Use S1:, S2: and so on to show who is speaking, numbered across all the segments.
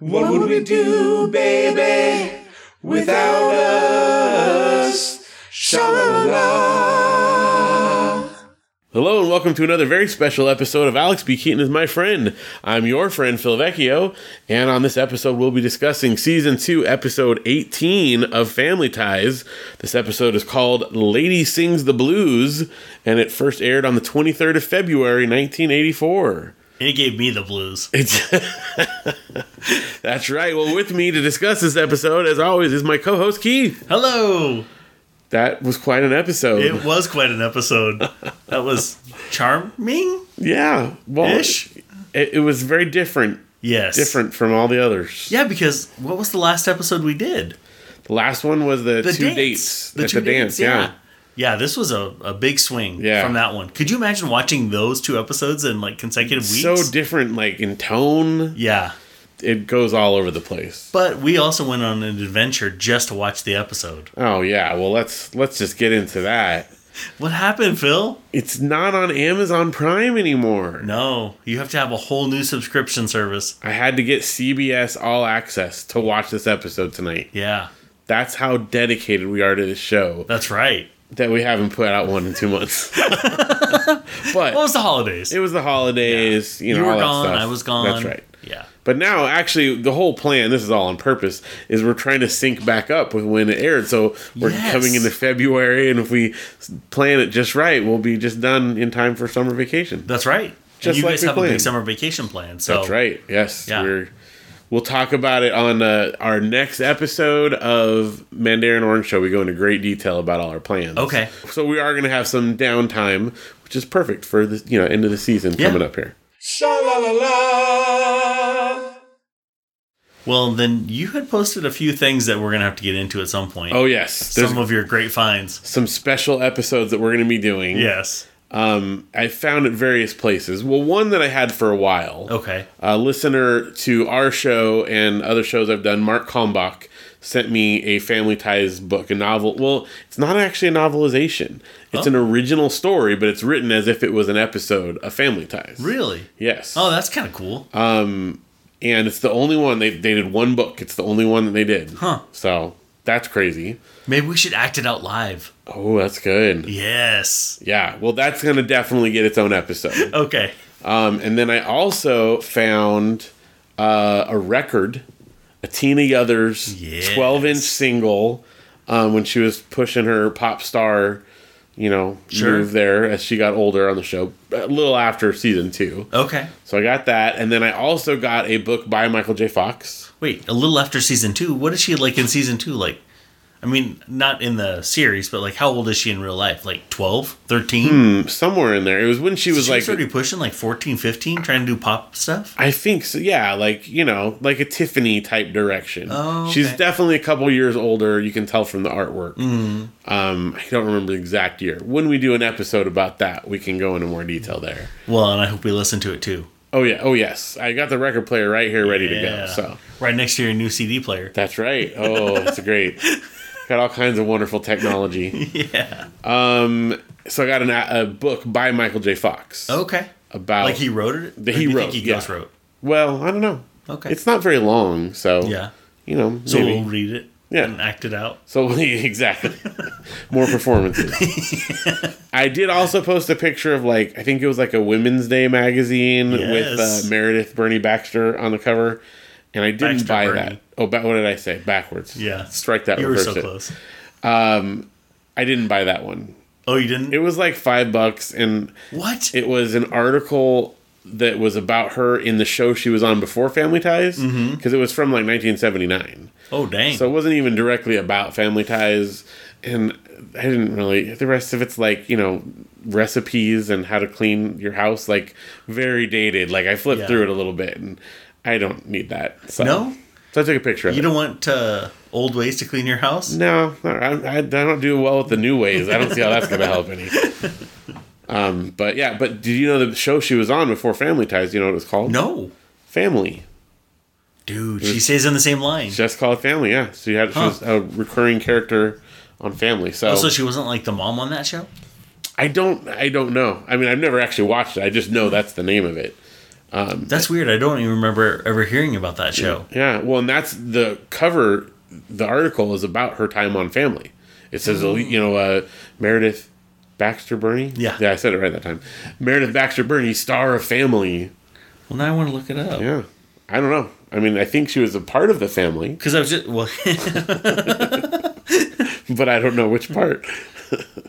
S1: What would we do, baby, without us? Sha-la-la-la.
S2: Hello and welcome to another very special episode of Alex B. Keaton is my friend. I'm your friend Phil Vecchio, and on this episode we'll be discussing season two, episode 18 of Family Ties. This episode is called "Lady Sings the Blues," and it first aired on the 23rd of February, 1984.
S3: It gave me the blues.
S2: It's that's right. Well, with me to discuss this episode, as always, is my co-host Keith.
S3: Hello.
S2: That was quite an episode.
S3: It was quite an episode. That was charming
S2: yeah, well,
S3: ish.
S2: it, it was very different,
S3: Yes.
S2: different from all the others.
S3: Yeah, because what was the last episode we did?
S2: The last one was the,
S3: The
S2: two
S3: dance.
S2: dates
S3: The
S2: at
S3: two
S2: the dance.
S3: dates, yeah. Yeah, this was a, a big swing
S2: Yeah.
S3: from that one. Could you imagine watching those two episodes in like consecutive weeks?
S2: So different, like in tone.
S3: yeah.
S2: It goes all over the place.
S3: But we also went on an adventure just to watch the episode.
S2: Oh yeah. Well, let's let's just get into that.
S3: What happened, Phil?
S2: It's not on Amazon Prime anymore.
S3: No, you have to have a whole new subscription service.
S2: I had to get CBS All Access to watch this episode tonight.
S3: Yeah,
S2: That's how dedicated we are to this show
S3: that's right.
S2: that we haven't put out one in two months. but
S3: What was the holidays?
S2: it was the holidays. You know,
S3: you
S2: all
S3: were
S2: that
S3: gone,
S2: stuff.
S3: I was gone.
S2: That's right.
S3: Yeah.
S2: But now, actually, the whole plan, this is all on purpose, is we're trying to sync back up with when it aired. So we're
S3: Yes.
S2: coming into February, and if we s- plan it just right, we'll be just done in time for summer vacation.
S3: That's right.
S2: Just
S3: and you
S2: like
S3: guys
S2: we
S3: have a big
S2: planned.
S3: summer vacation plan. So
S2: That's right. Yes.
S3: Yeah.
S2: We're, we'll talk about it on uh, our next episode of Mandarin Orange Show. We go into great detail about all our plans.
S3: Okay.
S2: So we are going to have some downtime, which is perfect for the you know end of the season
S3: Yeah.
S2: coming up here.
S1: Sha-la-la-la.
S3: Well, then you had posted a few things that we're gonna have to get into at some point.
S2: Oh yes, there's
S3: some of your great finds.
S2: some special episodes that we're going to be doing.
S3: Yes.
S2: um, I found at various places. Well, one that I had for a while,
S3: Okay.
S2: a listener to our show and other shows I've done, Mark Kalmbach, sent me a Family Ties book, a novel. Well, it's not actually a novelization, it's an
S3: Oh.
S2: original story, but it's written as if it was an episode of Family Ties.
S3: Really?
S2: Yes.
S3: Oh, that's kind of cool.
S2: Uh-huh. And it's the only one, they, they did one book. It's the only one that they did.
S3: Huh.
S2: So that's crazy.
S3: Maybe we should act it out live.
S2: Oh, that's good.
S3: Yes.
S2: Yeah. Well, that's going to definitely get its own episode.
S3: Okay.
S2: Um, and then I also found uh, a record, a Tina Yothers
S3: Yes.
S2: 12 inch single um, when she was pushing her pop star, you know,
S3: Sure.
S2: move there as she got older on the show, a little after season two.
S3: Okay.
S2: So I got that. And then I also got a book by Michael J. Fox.
S3: Wait, a little after season two, what is she like in season two? Like, I mean, not in the series, but like, how old is she in real life? Like 12, 13?
S2: um, Somewhere in there. Hmm. It was when she was
S3: she
S2: like.
S3: was already pushing like 14, 15, trying to do pop stuff?
S2: I think so. Yeah, like you know, like a Tiffany type direction.
S3: Oh,
S2: she's
S3: okay.
S2: definitely a couple years older. You can tell from the artwork.
S3: Mm-hmm.
S2: Um, I don't remember the exact year. When we do an episode about that, we can go into more detail there.
S3: Well, and I hope we listen to it too.
S2: Oh yeah. Oh yes. I got the record player right here, ready to
S3: Yeah.
S2: go. So
S3: Right next to your new CD player.
S2: that's right. Oh, it's great. Got all kinds of wonderful technology. Um,
S3: Yeah.
S2: So I got an, a a book by Michael J. Fox
S3: Okay.
S2: about
S3: Oh, Like he wrote it?
S2: The
S3: Or
S2: he
S3: do you
S2: wrote,
S3: Think he
S2: yeah.
S3: ghost wrote.
S2: Well, I don't know.
S3: Okay.
S2: It's not very long, so
S3: yeah.
S2: You know,
S3: So
S2: maybe.
S3: we'll read it
S2: Yeah.
S3: and act it out.
S2: So exactly, more performances. I did also post a picture of like I think it was like a Women's Day magazine with
S3: Yes.
S2: uh, Meredith Bernie Baxter on the cover, and I didn't
S3: Baxter
S2: buy
S3: Bernie.
S2: that. Oh, ba- what did I say? Backwards.
S3: Yeah.
S2: strike that.
S3: You were
S2: reverse
S3: so
S2: it.
S3: close.
S2: I didn't buy that one.
S3: Oh, you didn't?
S2: It was like five bucks, and
S3: what?
S2: it was an article that was about her in the show she was on before Family Ties because
S3: Mm-hmm.
S2: it was from like 1979.
S3: oh, dang.
S2: So it wasn't even directly about family ties. And I didn't really. The rest of it's like, you know, recipes and how to clean your house, like very dated. Like I flipped
S3: Yeah.
S2: through it a little bit and I don't need that. So,
S3: No?
S2: So I took a picture of
S3: you
S2: it.
S3: don't want uh, old ways to clean your house?
S2: No, no, I, I don't do well with the new ways. I don't see how that's going to help any. Um, but yeah, but did you know the show she was on before Family Ties? You know what it was called?
S3: No.
S2: Family.
S3: Dude, she stays on the same line.
S2: Just called Family. Yeah. So you had she
S3: Huh. Oh,
S2: was a recurring character on Family. So
S3: Also, she wasn't like the mom on that show?
S2: I don't I don't know. I mean, I've never actually watched it. I just know that's the name of it.
S3: That's weird. I don't even remember ever hearing about that show.
S2: Yeah, well, and that's the cover. The article is about her time on Family. It says, you know, uh, Meredith Baxter Burney.
S3: Yeah.
S2: yeah, I said it right that time. Meredith Baxter Burney, star of Family.
S3: Well, now I want to look it up.
S2: Yeah, I don't know. I mean, I think she was a part of the family,
S3: Because I was just well,
S2: but I don't know which part.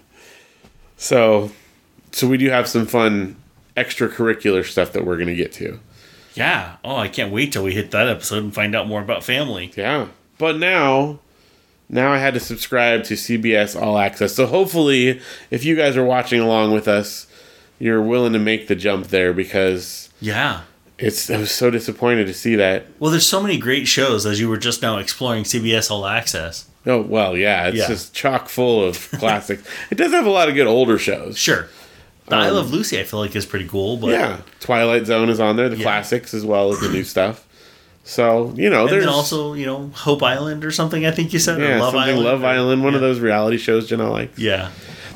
S2: so, so we do have some fun extracurricular stuff that we're gonna get to.
S3: yeah. Oh, I can't wait till we hit that episode and find out more about family.
S2: Yeah. But now, now I had to subscribe to CBS All Access. So hopefully, if you guys are watching along with us, you're willing to make the jump there because
S3: Yeah.
S2: it's. I was so disappointed to see that.
S3: Well, there's so many great shows as you were just now exploring CBS All Access.
S2: Oh well, yeah. It's
S3: Yeah.
S2: just chock full of classics. it does have a lot of good older shows.
S3: Sure. The I Love Lucy, I feel like is pretty cool, but
S2: Um, Yeah, Twilight Zone is on there, the classics as well as the new stuff. So you know,
S3: and
S2: there's
S3: then also you know Hope Island or something. I think you said
S2: yeah
S3: or Love
S2: something
S3: Island.
S2: Love
S3: or-
S2: Island, one of those reality shows Jenna likes.
S3: Yeah.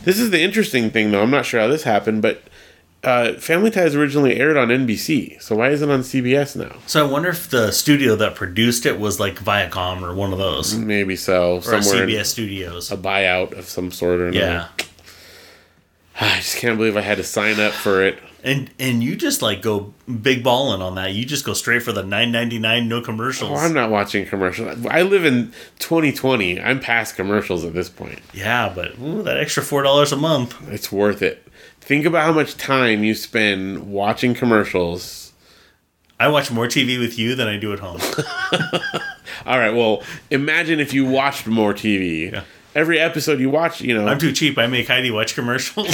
S2: This is the interesting thing, though. I'm not sure how this happened, but uh, Family Ties originally aired on NBC, so why is it on CBS now?
S3: So I wonder if the studio that produced it was like Viacom or one of those or
S2: Maybe so. somewhere
S3: CBS Studios.
S2: a buyout of some sort or another.
S3: Yeah.
S2: I just can't believe I had to sign up for it.
S3: And and you just like go big balling on that. You just go straight for the 9.99 no commercials.
S2: Well, Oh, I'm not watching commercials. I live in 2020. I'm past commercials at this point.
S3: yeah, but ooh, that extra four dollars a month.
S2: It's worth it. Think about how much time you spend watching commercials.
S3: I watch more TV with you than I do at home.
S2: All right, well, imagine if you watched more TV.
S3: Yeah.
S2: Every episode you watch, you know,
S3: I'm too cheap. I make Heidi watch commercials.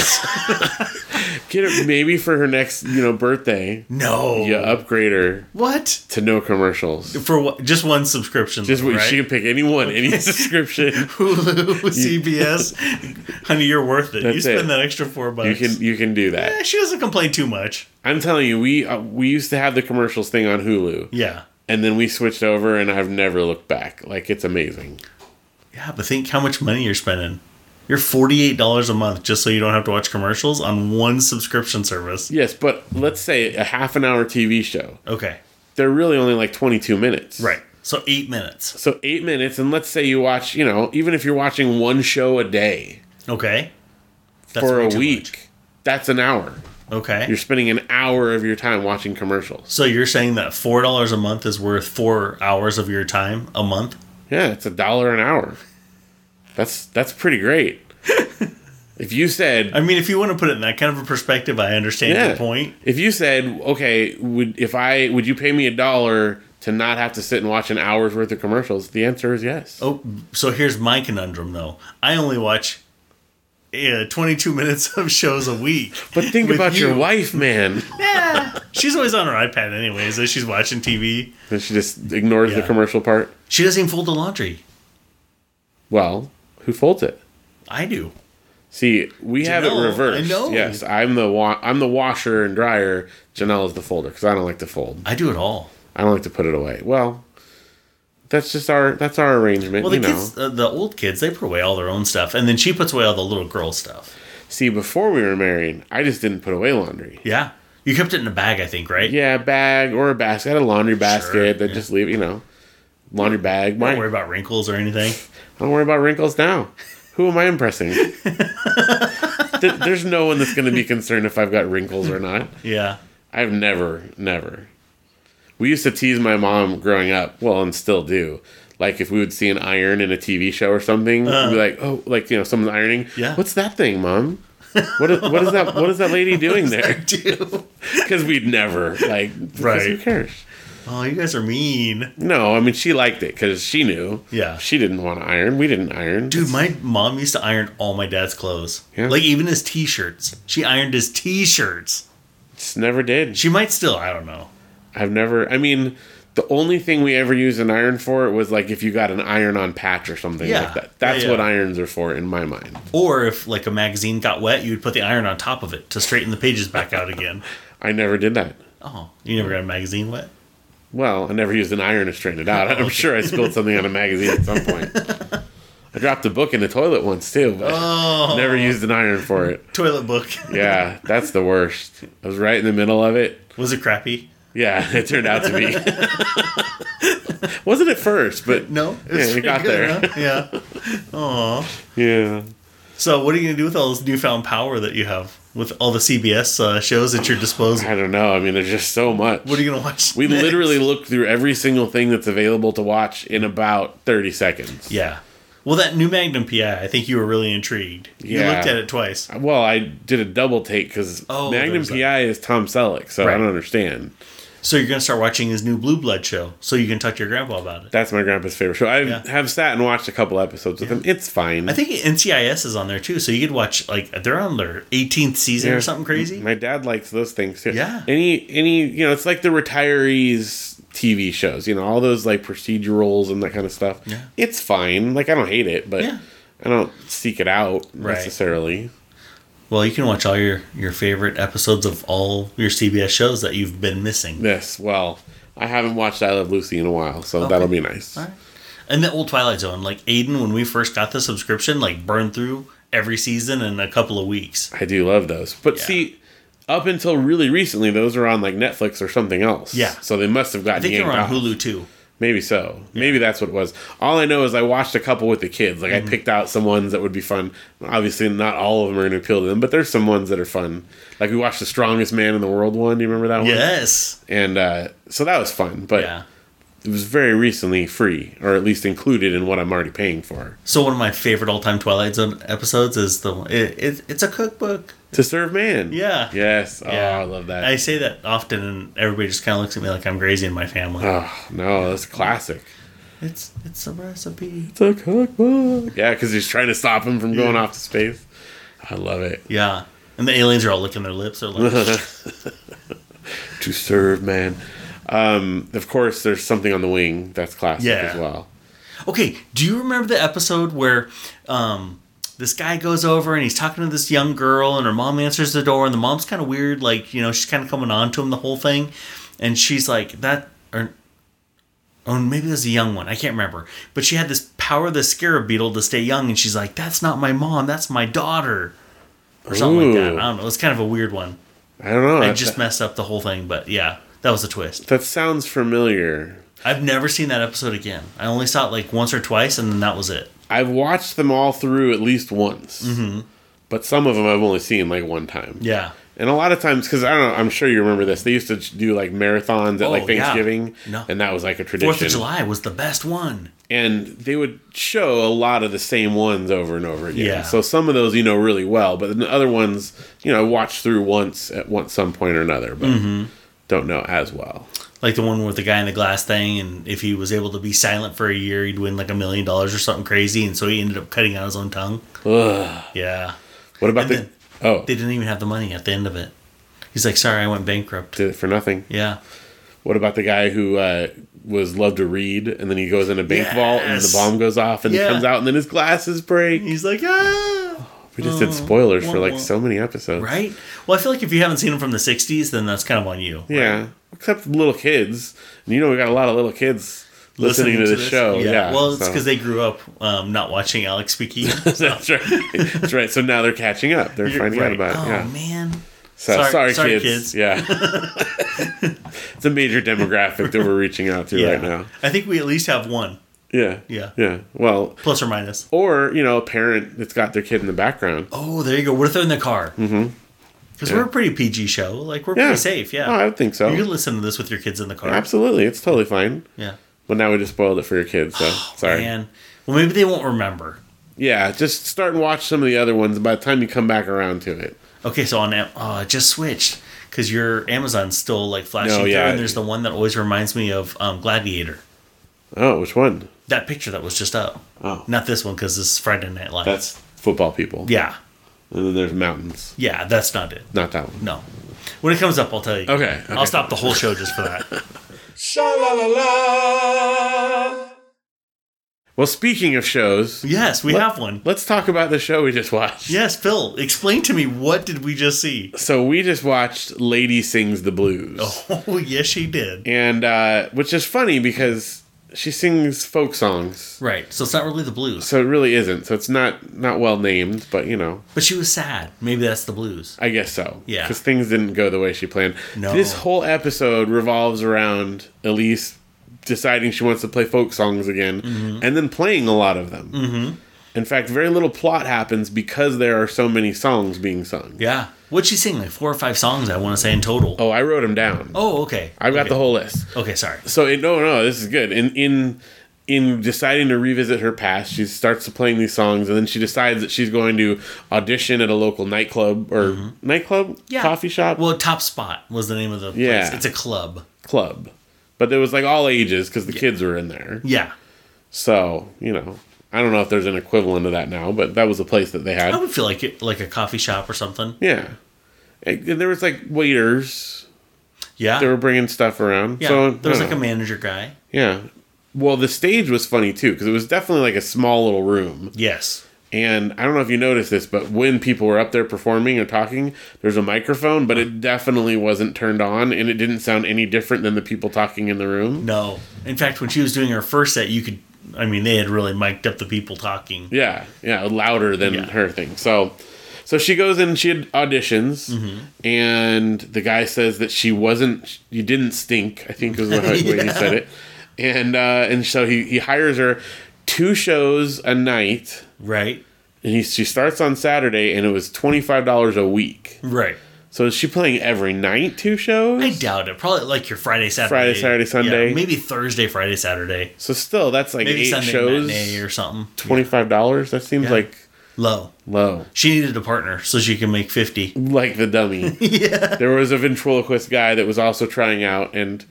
S2: get it maybe for her next, you know, birthday.
S3: no.
S2: Yeah, upgrade her
S3: What?
S2: to no commercials.
S3: For what? Just one subscription.
S2: Just what
S3: right?
S2: she can pick any one, any subscription.
S3: Hulu, CBS. Honey, you're worth it. You
S2: That's
S3: spend
S2: it.
S3: that extra four
S2: You
S3: bucks.
S2: can you can do
S3: Eh,
S2: that.
S3: she doesn't complain too much.
S2: I'm telling you, we uh, we used to have the commercials thing on Hulu,
S3: Yeah.
S2: and then we switched over, and I've never looked back. Like it's amazing.
S3: Yeah, but think how much money you're spending. You're $48 a month just so you don't have to watch commercials on one subscription service.
S2: Yes, but let's say a half an hour TV show.
S3: Okay.
S2: They're really only like 22 minutes.
S3: Right. So eight minutes.
S2: So eight minutes, and let's say you watch, you know, even if you're watching one show a day
S3: Okay. That's
S2: for
S3: way
S2: a
S3: too
S2: week, that's an hour.
S3: much. Okay.
S2: You're spending an hour of your time watching commercials.
S3: so you're saying that $4 a month is worth four hours of your time a month?
S2: Yeah, it's a dollar an hour. That's that's pretty great. if you said
S3: I mean, if you want to put it in that kind of a perspective, I understand
S2: yeah,
S3: your point.
S2: If you said, okay, would if I would you pay me a dollar to not have to sit and watch an hour's worth of commercials? The answer is yes.
S3: Oh, so here's my conundrum though. I only watch uh, 22 minutes of shows a week.
S2: but think
S3: with
S2: about your
S3: you.
S2: wife, man.
S3: She's always on her iPad anyways, as she's watching TV.
S2: Then she just ignores the
S3: Yeah.
S2: commercial part.
S3: She doesn't even fold the laundry.
S2: Well, who folds it?
S3: I do.
S2: See, we have it
S3: Janelle,
S2: reversed.
S3: I know.
S2: Yes, I'm the wa- I'm the washer and dryer. Janelle is the folder because I don't like to fold.
S3: I do it all.
S2: I don't like to put it away. Well, that's just our that's our arrangement.
S3: Well, the
S2: you know.
S3: kids, uh, the old kids, they put away all their own stuff, and then she puts away all the little girl stuff.
S2: See, before we were married, I just didn't put away laundry.
S3: Yeah, you kept it in a bag, I think, right?
S2: Yeah, a bag or a basket, I had a laundry basket
S3: Sure,
S2: that just leave. You know, laundry bag. My,
S3: Don't worry about wrinkles or anything.
S2: don't worry about wrinkles now. Who am I impressing? There- There's no one that's going to be concerned if I've got wrinkles or not.
S3: Yeah,
S2: I've never, never. We used to tease my mom growing up, well, and still do. Like if we would see an iron in a TV show or something, we'd be like, "Oh, like you know, someone's ironing.
S3: Uh. Yeah.
S2: what's that thing, mom? What is, what is that? What is that lady doing
S3: I
S2: there?
S3: do.
S2: Because we'd never like, right? Who
S3: Right.
S2: cares?
S3: Oh, you guys are mean,
S2: No, I mean she liked it because she knew.
S3: Yeah.
S2: she didn't want to iron. We didn't iron.
S3: dude. My mom used to iron all my dad's clothes,
S2: Yeah.
S3: like even his t-shirts. She ironed his t-shirts.
S2: Just never did.
S3: She might still, I don't know.
S2: I've never. I mean, the only thing we ever used an iron for was like if you got an iron-on patch or something
S3: Yeah.
S2: like that. That's
S3: Yeah, yeah.
S2: what irons are for in my mind.
S3: Or if like a magazine got wet, you would put the iron on top of it to straighten the pages back out again.
S2: I never did that.
S3: Oh, you never got a magazine wet?
S2: Well, I never used an iron to straighten it out.
S3: Oh.
S2: I'm sure I spilled something on a magazine at some point. I dropped a book in the toilet once too, but
S3: Oh.
S2: never used an iron for it.
S3: Toilet book.
S2: Yeah, that's the worst. I was right in the middle of it.
S3: Was it crappy?
S2: Yeah, it turned out to be. Wasn't at first, but
S3: No,
S2: Yeah, we got
S3: pretty
S2: there.
S3: good, huh? Yeah. Aw.
S2: yeah.
S3: So, what are you gonna do with all this newfound power that you have with all the CBS uh, shows at your disposal?
S2: I don't know. I mean, there's just so much.
S3: What are you gonna watch?
S2: we
S3: next?
S2: literally looked through every single thing that's available to watch in about 30 seconds.
S3: Yeah. Well, that new Magnum PI, I think you were really intrigued. You
S2: Yeah.
S3: looked at it twice.
S2: Well, I did a double take because
S3: Oh,
S2: Magnum
S3: there's that.
S2: PI is Tom Selleck, so
S3: Right.
S2: I don't understand.
S3: So you're gonna start watching his new Blue Blood show, so you can talk to your grandpa about it.
S2: That's my grandpa's favorite show. I
S3: Yeah.
S2: have sat and watched a couple episodes with him. It's fine.
S3: I think NCIS is on there too, so you could watch like they're on their 18th season
S2: Yeah.
S3: or something crazy.
S2: My dad likes those things too.
S3: Yeah.
S2: Any any you know, it's like the retirees TV shows, you know, all those like procedurals and that kind of stuff.
S3: Yeah.
S2: It's fine. Like I don't hate it, but
S3: Yeah.
S2: I don't seek it out
S3: Right.
S2: necessarily.
S3: Well, you can watch all your your favorite episodes of all your CBS shows that you've been missing.
S2: This, well, I haven't watched I Love Lucy in a while, so that'll be nice.
S3: All right. And the old Twilight Zone, like Aiden, when we first got the subscription, like burned through every season in a couple of weeks.
S2: I do love those. But
S3: Yeah.
S2: see, up until really recently, those were on like Netflix or something else.
S3: Yeah.
S2: So they must have
S3: I
S2: gotten
S3: think they were
S2: yanked
S3: on
S2: off.
S3: Hulu too.
S2: Maybe so. Maybe that's what it was. All I know is I watched a couple with the kids. Like
S3: Mm-hmm.
S2: I picked out some ones that would be fun. Obviously, not all of them are going to appeal to them, but there's some ones that are fun. Like we watched the Strongest Man in the World one. Do you remember that one?
S3: Yes.
S2: And uh, so that was fun, but
S3: Yeah.
S2: it was very recently free, or at least included in what I'm already paying for.
S3: So one of my favorite all-time Twilight Zone episodes is the one. It, it, it's a cookbook.
S2: To serve man.
S3: Yeah.
S2: Yes. Oh,
S3: Yeah.
S2: I love that.
S3: I say that often, and everybody just kind of looks at me like I'm crazy in my family.
S2: oh no, that's a classic.
S3: It's it's a recipe.
S2: It's a cookbook. Yeah, because he's trying to stop him from going off to space. I love it.
S3: Yeah. And the aliens are all licking their lips. They're like,
S2: to serve man. Um, of course, there's something on the wing that's classic
S3: Yeah.
S2: as well.
S3: okay. Do you remember the episode where um, this guy goes over and he's talking to this young girl, and her mom answers the door, and the mom's kind of weird, like you know, she's kind of coming on to him the whole thing, and she's like that, or or maybe it was a young one. I can't remember, but she had this power of the scarab beetle to stay young, and she's like, "That's not my mom. That's my daughter." Or something like that.
S2: Ooh.
S3: I don't know. It's kind of a weird one.
S2: I don't know.
S3: I
S2: that-
S3: just messed up the whole thing, but yeah, that was a twist.
S2: that sounds familiar.
S3: I've never seen that episode again. I only saw it like once or twice, and then that was it.
S2: I've watched them all through at least once, but some of them I've only seen like one time.
S3: Mm-hmm. Yeah.
S2: And a lot of times, because I don't know, I'm sure you remember this. They used to do like marathons at
S3: Oh,
S2: like
S3: yeah.
S2: Thanksgiving,
S3: No.
S2: and that was like a tradition.
S3: Fourth of July was the best one.
S2: and they would show a lot of the same ones over and over again.
S3: Yeah.
S2: So some of those you know really well, but then the other ones you know I watched through once at one, some point or another, but
S3: Mm-hmm.
S2: don't know as well.
S3: Like the one with the guy in the glass thing, and if he was able to be silent for a year, he'd win like a million dollars or something crazy, and so he ended up cutting out his own tongue.
S2: Ugh.
S3: Yeah.
S2: What about
S3: And
S2: the?
S3: then-
S2: oh,
S3: They didn't even have the money at the end of it. He's like, sorry, I went bankrupt.
S2: did it for nothing.
S3: Yeah.
S2: What about the guy who uh, was loved to read, and then he goes in a bank vault, and the
S3: Yes.
S2: bomb goes off, and
S3: Yeah.
S2: he comes out, and then his glasses break.
S3: He's like, ah.
S2: We just did spoilers for
S3: wah,
S2: like
S3: wah.
S2: so many episodes,
S3: Right? Well, I feel like if you haven't seen him from the 60s, then that's kind of on you.
S2: Yeah, except little kids, and you know we got a lot of little kids listening, to, this show. Yeah,
S3: Well, it's
S2: so.
S3: because they grew up um, not watching Alex Speaking.
S2: That's right. That's right. So now they're catching up. They're finding out about it.
S3: Oh
S2: yeah.
S3: man.
S2: So
S3: sorry-
S2: sorry,
S3: sorry,
S2: kids.
S3: kids.
S2: Yeah. it's a major demographic that we're reaching out to
S3: Yeah.
S2: right now.
S3: I think we at least have one,
S2: Yeah.
S3: Yeah.
S2: Yeah. Well,
S3: plus or minus.
S2: or you know, a parent that's got their kid in the background.
S3: Oh, there you go. What if they're in the car? Mm-hmm. Because we're a pretty PG show. Like we're
S2: Yeah.
S3: pretty safe. Yeah.
S2: Oh, I would think so.
S3: You can listen to this with your kids in the car.
S2: Absolutely, it's totally fine.
S3: Yeah.
S2: Well, now we just spoiled it for your kids. So sorry.
S3: Oh, Man. Well, maybe they won't remember.
S2: Yeah, just start and watch some of the other ones. By the time you come back around to it,
S3: Okay, so on Am- oh, I just switched because your Amazon's still like flashing
S2: No,
S3: through,
S2: yeah.
S3: and there's the one that always reminds me of um, Gladiator.
S2: oh, which one?
S3: That picture that was just up.
S2: Oh.
S3: Not this one because this is Friday Night Live.
S2: That's football people.
S3: yeah,
S2: and then there's mountains.
S3: yeah. That's not it.
S2: Not that one.
S3: No. When it comes up, I'll tell you.
S2: Okay, okay.
S3: I'll stop the whole show just for that.
S1: Sha la la la.
S2: Well, speaking of shows,
S3: yes, we have one.
S2: Let's talk about the show we just watched.
S3: Yes, Phil, explain to me what did we just see?
S2: So we just watched Lady Sings the Blues.
S3: Oh, yes, she did.
S2: And uh which is funny because she sings folk songs,
S3: Right. So it's not really the blues.
S2: so it really isn't. So it's not not well named, but you know,
S3: But she was sad. Maybe that's the blues.
S2: I guess so.
S3: Yeah.
S2: because things didn't go the way she planned.
S3: No.
S2: this whole episode revolves around Elise deciding she wants to play folk songs again,
S3: Mm-hmm.
S2: and then playing a lot of them. Mm-hmm. In fact, very little plot happens because there are so many songs being sung.
S3: Yeah. What'd she sing? Like four or five songs, I want to say, in total.
S2: Oh, I wrote them down.
S3: Oh, okay.
S2: I've got
S3: okay.
S2: the whole list.
S3: Okay, sorry.
S2: So in, no, no, this is good. In in in deciding to revisit her past, she starts to playing these songs, and then she decides that she's going to audition at a local nightclub or nightclub,
S3: Mm-hmm. Yeah.
S2: coffee shop,
S3: Well, Top Spot was the name of the place.
S2: Yeah.
S3: It's a club.
S2: club. But there was like all ages because the kids were in there.
S3: Yeah.
S2: So you know, I don't know if there's an equivalent of that now, but that was the place that they had.
S3: I would feel like it, like a coffee shop or something.
S2: Yeah, and and there was like waiters.
S3: Yeah.
S2: They were bringing stuff around.
S3: yeah.
S2: so,
S3: there was
S2: I
S3: like
S2: don't
S3: a
S2: know.
S3: manager guy.
S2: yeah. Well, the stage was funny too because it was definitely like a small little room.
S3: Yes.
S2: And I don't know if you noticed this, but when people were up there performing or talking, there's a microphone, but it definitely wasn't turned on and it didn't sound any different than the people talking in the room.
S3: No. In fact, when she was doing her first set, you could. I mean, they had really mic'd up the people talking.
S2: Yeah, yeah, louder than
S3: Yeah.
S2: her thing. So so she goes in, she had auditions,
S3: Mm-hmm.
S2: and the guy says that she wasn't, you didn't stink, I think was the way he said it. And uh, and so he, he hires her two shows a night,
S3: Right.
S2: and he, she starts on Saturday, and it was $25 a week.
S3: Right.
S2: So is she playing every night two shows?
S3: I doubt it. Probably like your Friday, Saturday,
S2: Friday, Saturday, Sunday.
S3: Yeah, maybe Thursday, Friday, Saturday,
S2: so still that's like
S3: maybe
S2: eight
S3: Sunday
S2: shows.
S3: matinee or something.
S2: Twenty five dollars? That seems
S3: Yeah.
S2: like
S3: Low.
S2: low.
S3: She needed a partner so she can make fifty.
S2: Like the dummy. yeah. There was a ventriloquist guy that was also trying out and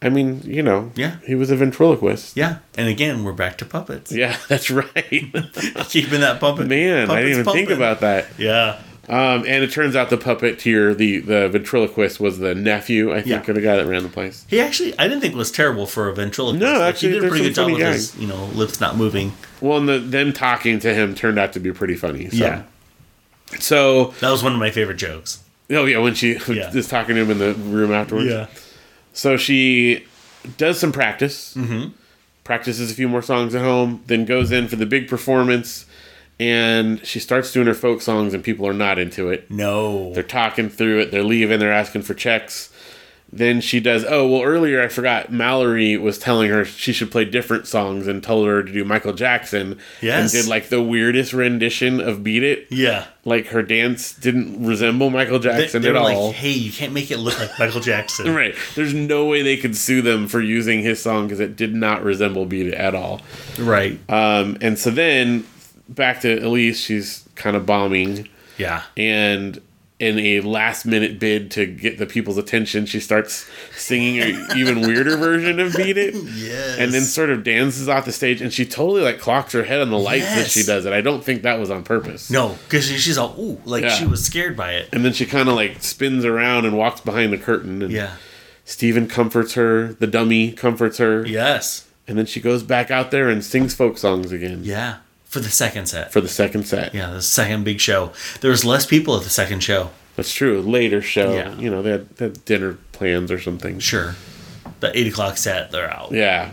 S2: I mean, you know,
S3: Yeah.
S2: He was a ventriloquist.
S3: Yeah. And again, we're back to puppets.
S2: Yeah, that's right.
S3: Keeping that puppet.
S2: Man, I
S3: puppets
S2: didn't even think
S3: pumping.
S2: about that.
S3: Yeah.
S2: Um, and it turns out the puppeteer, the the ventriloquist, was the nephew, I think,
S3: Yeah.
S2: of the guy that ran the place.
S3: He actually, I didn't think was terrible for a ventriloquist.
S2: No,
S3: Like,
S2: actually,
S3: he did a
S2: there's
S3: pretty good
S2: some
S3: job
S2: funny
S3: with his, you know, lips not moving.
S2: Well, and the, them talking to him turned out to be pretty funny. So.
S3: Yeah,
S2: So
S3: that was one of my favorite jokes.
S2: Oh yeah, when she
S3: Yeah.
S2: is talking to him in the room afterwards. So she does some practice, mm-hmm. practices a few more songs at home, then goes in for the big performance, and she starts doing her folk songs, and people are not into it.
S3: No.
S2: They're talking through it. They're leaving. They're asking for checks. Then she does. Oh well, earlier I forgot. Mallory was telling her she should play different songs and told her to do Michael Jackson.
S3: Yes.
S2: And did like the weirdest rendition of "Beat It."
S3: yeah.
S2: Like her dance didn't resemble Michael
S3: They,
S2: Jackson
S3: they
S2: at
S3: were
S2: all.
S3: like, "Hey, you can't make it look like Michael Jackson."
S2: Right. There's no way they could sue them for using his song because it did not resemble Beat It at all.
S3: Right.
S2: Um, and so then back to Elise, she's kind of bombing.
S3: yeah.
S2: And in a last minute bid to get the people's attention, she starts singing an even weirder version of Beat It.
S3: Yes.
S2: And then sort of dances off the stage and she totally like clocks her head on the lights
S3: Yes.
S2: as she does it. I don't think that was on purpose.
S3: no, because she's all ooh, like
S2: Yeah.
S3: she was scared by it.
S2: And then she kind of like spins around and walks behind the curtain. And
S3: Yeah.
S2: Steven comforts her. The dummy comforts her.
S3: Yes.
S2: And then she goes back out there and sings folk songs again
S3: Yeah. For the second set.
S2: for the second set.
S3: yeah, the second big show. There was less people at the second show.
S2: That's true. Later show,
S3: Yeah.
S2: you know, they had, they had dinner plans or something.
S3: Sure. The eight o'clock set, they're out.
S2: Yeah.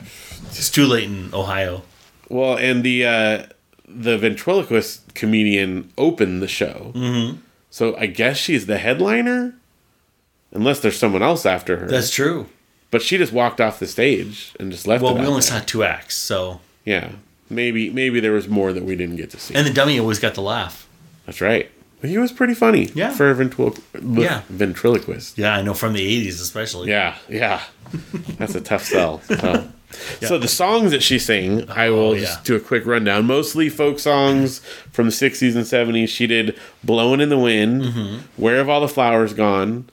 S3: It's too late in Ohio.
S2: Well, and the uh, the ventriloquist comedian opened the show. Mm-hmm. So I guess she's the headliner, unless there's someone else after her.
S3: That's true.
S2: but she just walked off the stage and just left. it
S3: Well, we
S2: out
S3: only
S2: there.
S3: saw two acts, so
S2: Yeah. Maybe maybe there was more that we didn't get to see.
S3: and the dummy always got the laugh.
S2: That's right. But he was pretty funny.
S3: Yeah.
S2: For a ventrilo-
S3: Yeah.
S2: ventriloquist.
S3: Yeah, I know from the eighties especially.
S2: Yeah, yeah. That's a tough sell. So. so the songs that she sang, I will
S3: Oh, yeah.
S2: just do a quick rundown. Mostly folk songs from the 60s and 70s. She did Blowing in the Wind,
S3: Mm-hmm.
S2: Where Have All the Flowers Gone,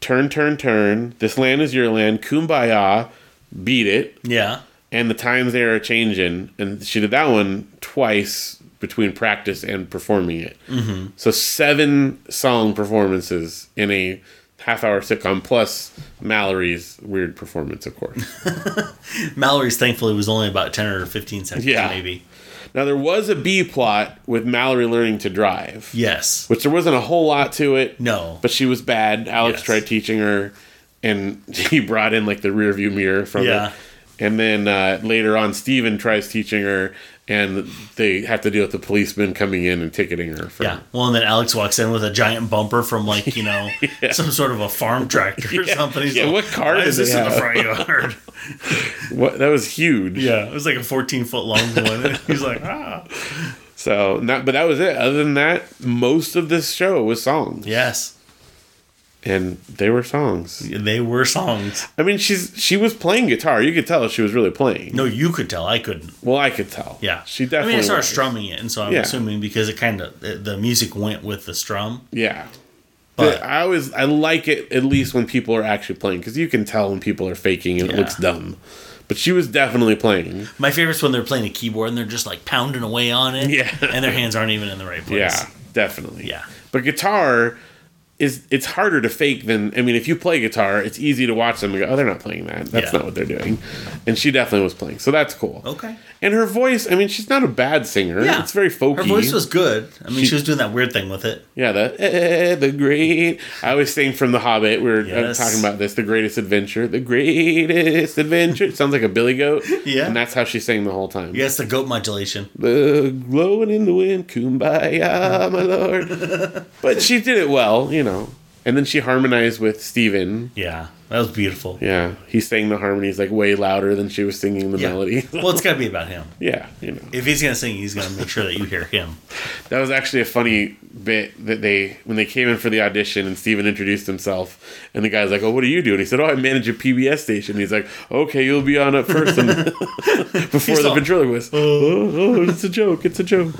S2: Turn, Turn, Turn, This Land Is Your Land, Kumbaya, Beat It,
S3: Yeah.
S2: and The Times They Are Changin'. And she did that one twice between practice and performing it. Mm-hmm. So seven song performances in a half hour sitcom, plus Mallory's weird performance, of course.
S3: Mallory's thankfully was only about ten or fifteen seconds,
S2: Yeah.
S3: maybe.
S2: now, there was a B plot with Mallory learning to drive,
S3: Yes.
S2: which there wasn't a whole lot to it.
S3: No.
S2: But she was bad. Alex
S3: Yes.
S2: tried teaching her, and he brought in like the rear view mirror from
S3: Yeah.
S2: it. And then uh, later on, Steven tries teaching her, and they have to deal with the policeman coming in and ticketing her. For,
S3: Yeah. Well, and then Alex walks in with a giant bumper from like you know some sort of a farm tractor or something. He's
S2: Yeah,
S3: like,
S2: what car
S3: Why
S2: did
S3: is this
S2: they
S3: in the
S2: have?"
S3: front yard?
S2: What, that was huge.
S3: yeah, it was like a 14 foot long one. He's like, ah.
S2: So, not, but that was it. Other than that, most of this show was songs,
S3: Yes,
S2: and they were songs.
S3: they were songs.
S2: I mean, she's she was playing guitar. You could tell she was really playing.
S3: No, you could tell. I couldn't.
S2: Well, I could tell.
S3: Yeah,
S2: she definitely.
S3: I mean, I started
S2: was.
S3: strumming it, and so I'm
S2: Yeah.
S3: assuming because it kind of the music went with the strum.
S2: Yeah.
S3: But-
S2: I always I like it at least when people are actually playing because you can tell when people are faking and it
S3: Yeah.
S2: looks dumb. But she was definitely playing.
S3: My favorite's when they're playing a keyboard and they're just like pounding away on it.
S2: Yeah.
S3: and their hands aren't even in the right place.
S2: Yeah, definitely.
S3: Yeah.
S2: But guitar is it's harder to fake than I mean if you play guitar, it's easy to watch them and go, "Oh, they're not playing that. That's
S3: Yeah.
S2: not what they're doing." And she definitely was playing. So that's cool.
S3: Okay.
S2: And her voice, I mean, she's not a bad singer.
S3: Yeah.
S2: It's very folky.
S3: Her voice was good. I mean,
S2: She-
S3: she was doing that weird thing with it.
S2: Yeah, the eh, the great. I always sing from The Hobbit. We were uh,
S3: Yes.
S2: talking about this. The greatest adventure. The greatest adventure. It sounds like a billy goat.
S3: Yeah.
S2: and that's how she sang the whole time.
S3: Yeah, it's the goat modulation.
S2: The glowing in the wind, kumbaya, my lord. but she did it well, you know. And then she harmonized with Steven.
S3: Yeah, that was beautiful.
S2: Yeah, he sang the harmonies like way louder than she was singing the
S3: Yeah.
S2: melody.
S3: well, it's got to be about him.
S2: yeah, you know.
S3: If he's gonna sing, he's gonna make sure that you hear him.
S2: That was actually a funny bit that they when they came in for the audition and Steven introduced himself and the guy's like, "Oh, what do you do?" And he said, "Oh, I manage a PBS station." And he's like, "Okay, you'll be on up first and before
S3: He's
S2: the
S3: all-
S2: ventriloquist." Oh, oh, it's a joke. It's a joke.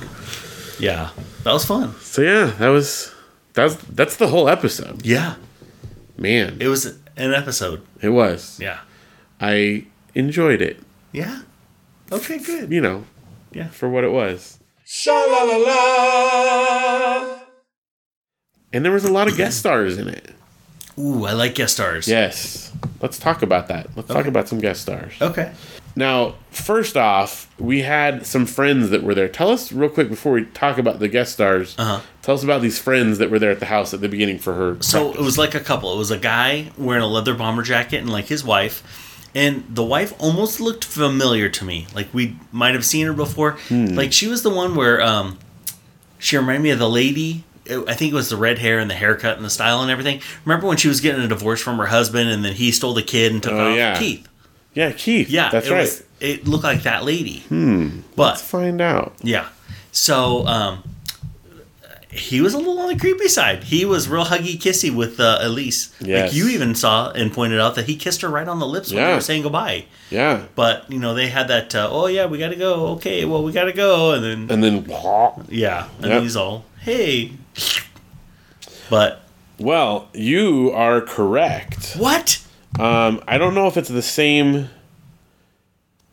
S3: Yeah, that was fun.
S2: So yeah, that was that's that's the whole episode.
S3: Yeah,
S2: Man,
S3: it was an episode.
S2: it was.
S3: Yeah,
S2: I enjoyed it,
S3: yeah. Okay, good.
S2: you know,
S3: Yeah.
S2: for what it was.
S1: sha la la la.
S2: And there was a lot of guest stars in it.
S3: Ooh, I like guest stars.
S2: Yes. Let's talk about that. Let's talk
S3: Okay.
S2: about some guest stars.
S3: Okay.
S2: Now, first off, we had some friends that were there. Tell us real quick before we talk about the guest stars.
S3: Uh-huh.
S2: Tell us about these friends that were there at the house at the beginning for her.
S3: So it was like a couple. It was a guy wearing a leather bomber jacket and like his wife. And the wife almost looked familiar to me. Like we might have seen her before.
S2: Hmm.
S3: Like she was the one where um she reminded me of the lady. I think it was the red hair and the haircut and the style and everything. Remember when she was getting a divorce from her husband and then he stole the kid and took
S2: Oh,
S3: it off
S2: yeah.
S3: Keith.
S2: yeah, Keith.
S3: Yeah,
S2: that's
S3: it
S2: right.
S3: Was, it looked like that lady. Hmm. But
S2: Let's find out.
S3: yeah. So um, he was a little on the creepy side. He was real huggy kissy with uh, Elise.
S2: Yes.
S3: Like you even saw and pointed out that he kissed her right on the lips when they
S2: Yeah.
S3: were saying goodbye.
S2: Yeah,
S3: But you know they had that. Uh, oh yeah, we gotta go. Okay, well we gotta go. And then
S2: and then
S3: yeah, and
S2: Yep.
S3: he's all hey. But
S2: well, you are correct.
S3: what?
S2: Um, I don't know if it's the same.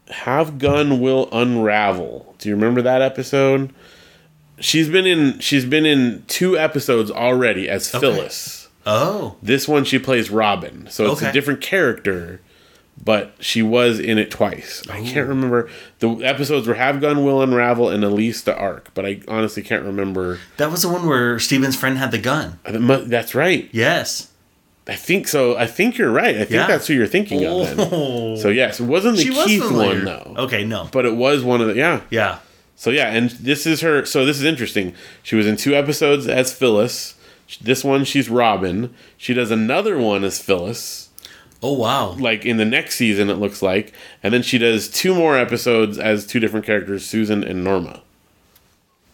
S2: Have gun will unravel. Do you remember that episode? She's been in. She's been in two episodes already as Phyllis.
S3: Oh
S2: This one she plays Robin, so it's a
S3: Okay.
S2: different character, but she was in it twice. I
S3: Oh.
S2: can't remember the episodes were Have Gun Will Unravel and Elise the Ark, but I honestly can't remember.
S3: that was the one where Steven's friend had the gun.
S2: I mu- That's right.
S3: Yes.
S2: I think so. I think you're right. I think
S3: Yeah.
S2: that's who you're thinking of. Then.
S3: Oh.
S2: So yes, it wasn't the
S3: she was
S2: Keith
S3: familiar.
S2: one though,
S3: Okay, no.
S2: but it was one of the yeah.
S3: yeah.
S2: So yeah, and this is her. So this is interesting. She was in two episodes as Phyllis. This one she's Robin. She does another one as Phyllis.
S3: Oh wow.
S2: like in the next season it looks like and then she does two more episodes as two different characters susan and norma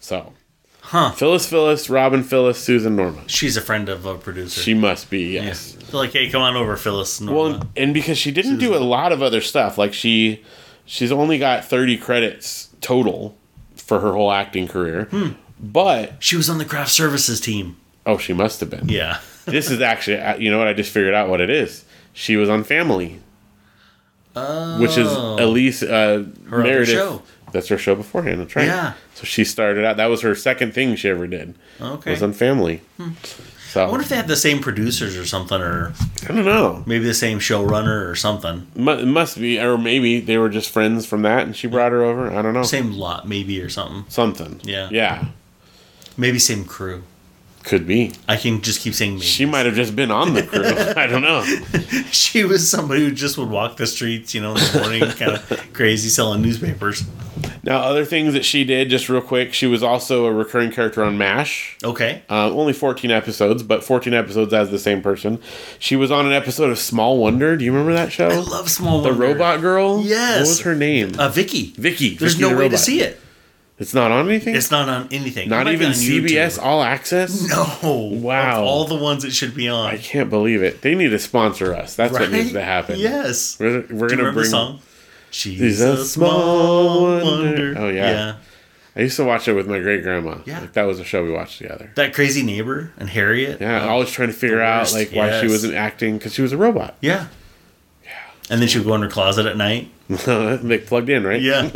S2: so
S3: Huh.
S2: phyllis phyllis robin phyllis susan norma
S3: She's a friend of a producer.
S2: she must be
S3: Yeah.
S2: yes
S3: They're like, hey, come on over, Phyllis. Norma.
S2: well and because she didn't do a lot of other stuff like she she's only got 30 credits total for her whole acting career
S3: Hmm.
S2: but
S3: she was on the craft services team.
S2: oh she must have been
S3: Yeah.
S2: this is actually uh, you know what i just figured out what it is she was on family
S3: Oh.
S2: which is Elise uh,
S3: other
S2: Meredith.
S3: show.
S2: That's her show beforehand. That's right.
S3: Yeah.
S2: So she started out. That was her second thing she ever did.
S3: Okay. Hmm.
S2: Was on Family. So
S3: I wonder if they had the same producers or something, or
S2: I don't know.
S3: maybe the same showrunner or something.
S2: Mu- It must be, or maybe they were just friends from that, and she
S3: Hmm.
S2: brought her over. I don't know.
S3: Same lot, maybe, or something.
S2: Something.
S3: Yeah.
S2: Yeah.
S3: Maybe same crew.
S2: Could be.
S3: I can just keep saying maybe.
S2: She might have just been on the crew. I don't know.
S3: She was somebody who just would walk the streets, you know, in the morning, kind of crazy, selling newspapers.
S2: Now, other things that she did, just real quick, she was also a recurring character on MASH.
S3: Okay.
S2: Uh, only 14 episodes, but 14 episodes as the same person. She was on an episode of Small Wonder. Do you remember that show?
S3: I love Small
S2: the
S3: Wonder.
S2: robot girl?
S3: Yes.
S2: What was her name?
S3: Uh, Vicky.
S2: Vicky.
S3: There's
S2: Vicky
S3: no
S2: the
S3: way to
S2: robot.
S3: see it.
S2: It's not on anything?
S3: It's not on anything. It
S2: not
S3: might be
S2: even
S3: on YouTube.
S2: CBS All Access?
S3: No.
S2: Wow.
S3: Of all the ones it should be on.
S2: I can't believe it. They need to sponsor us. That's what needs to happen.
S3: Yes.
S2: We're, we're
S3: Do you
S2: going to
S3: remember
S2: bring.
S3: the song? She's,
S2: a
S3: a,
S2: small
S3: small
S2: wonder.
S3: wonder.
S2: Oh, yeah. I used to watch it with my great grandma.
S3: Yeah.
S2: Like, that was a show we watched together.
S3: That crazy neighbor and Harriet.
S2: Yeah, always trying to figure out
S3: worst,
S2: like why she
S3: yes.
S2: wasn't acting because she was a robot.
S3: Yeah. Yeah. And then she would go in her closet at night.
S2: they plugged in, right?
S3: Yeah.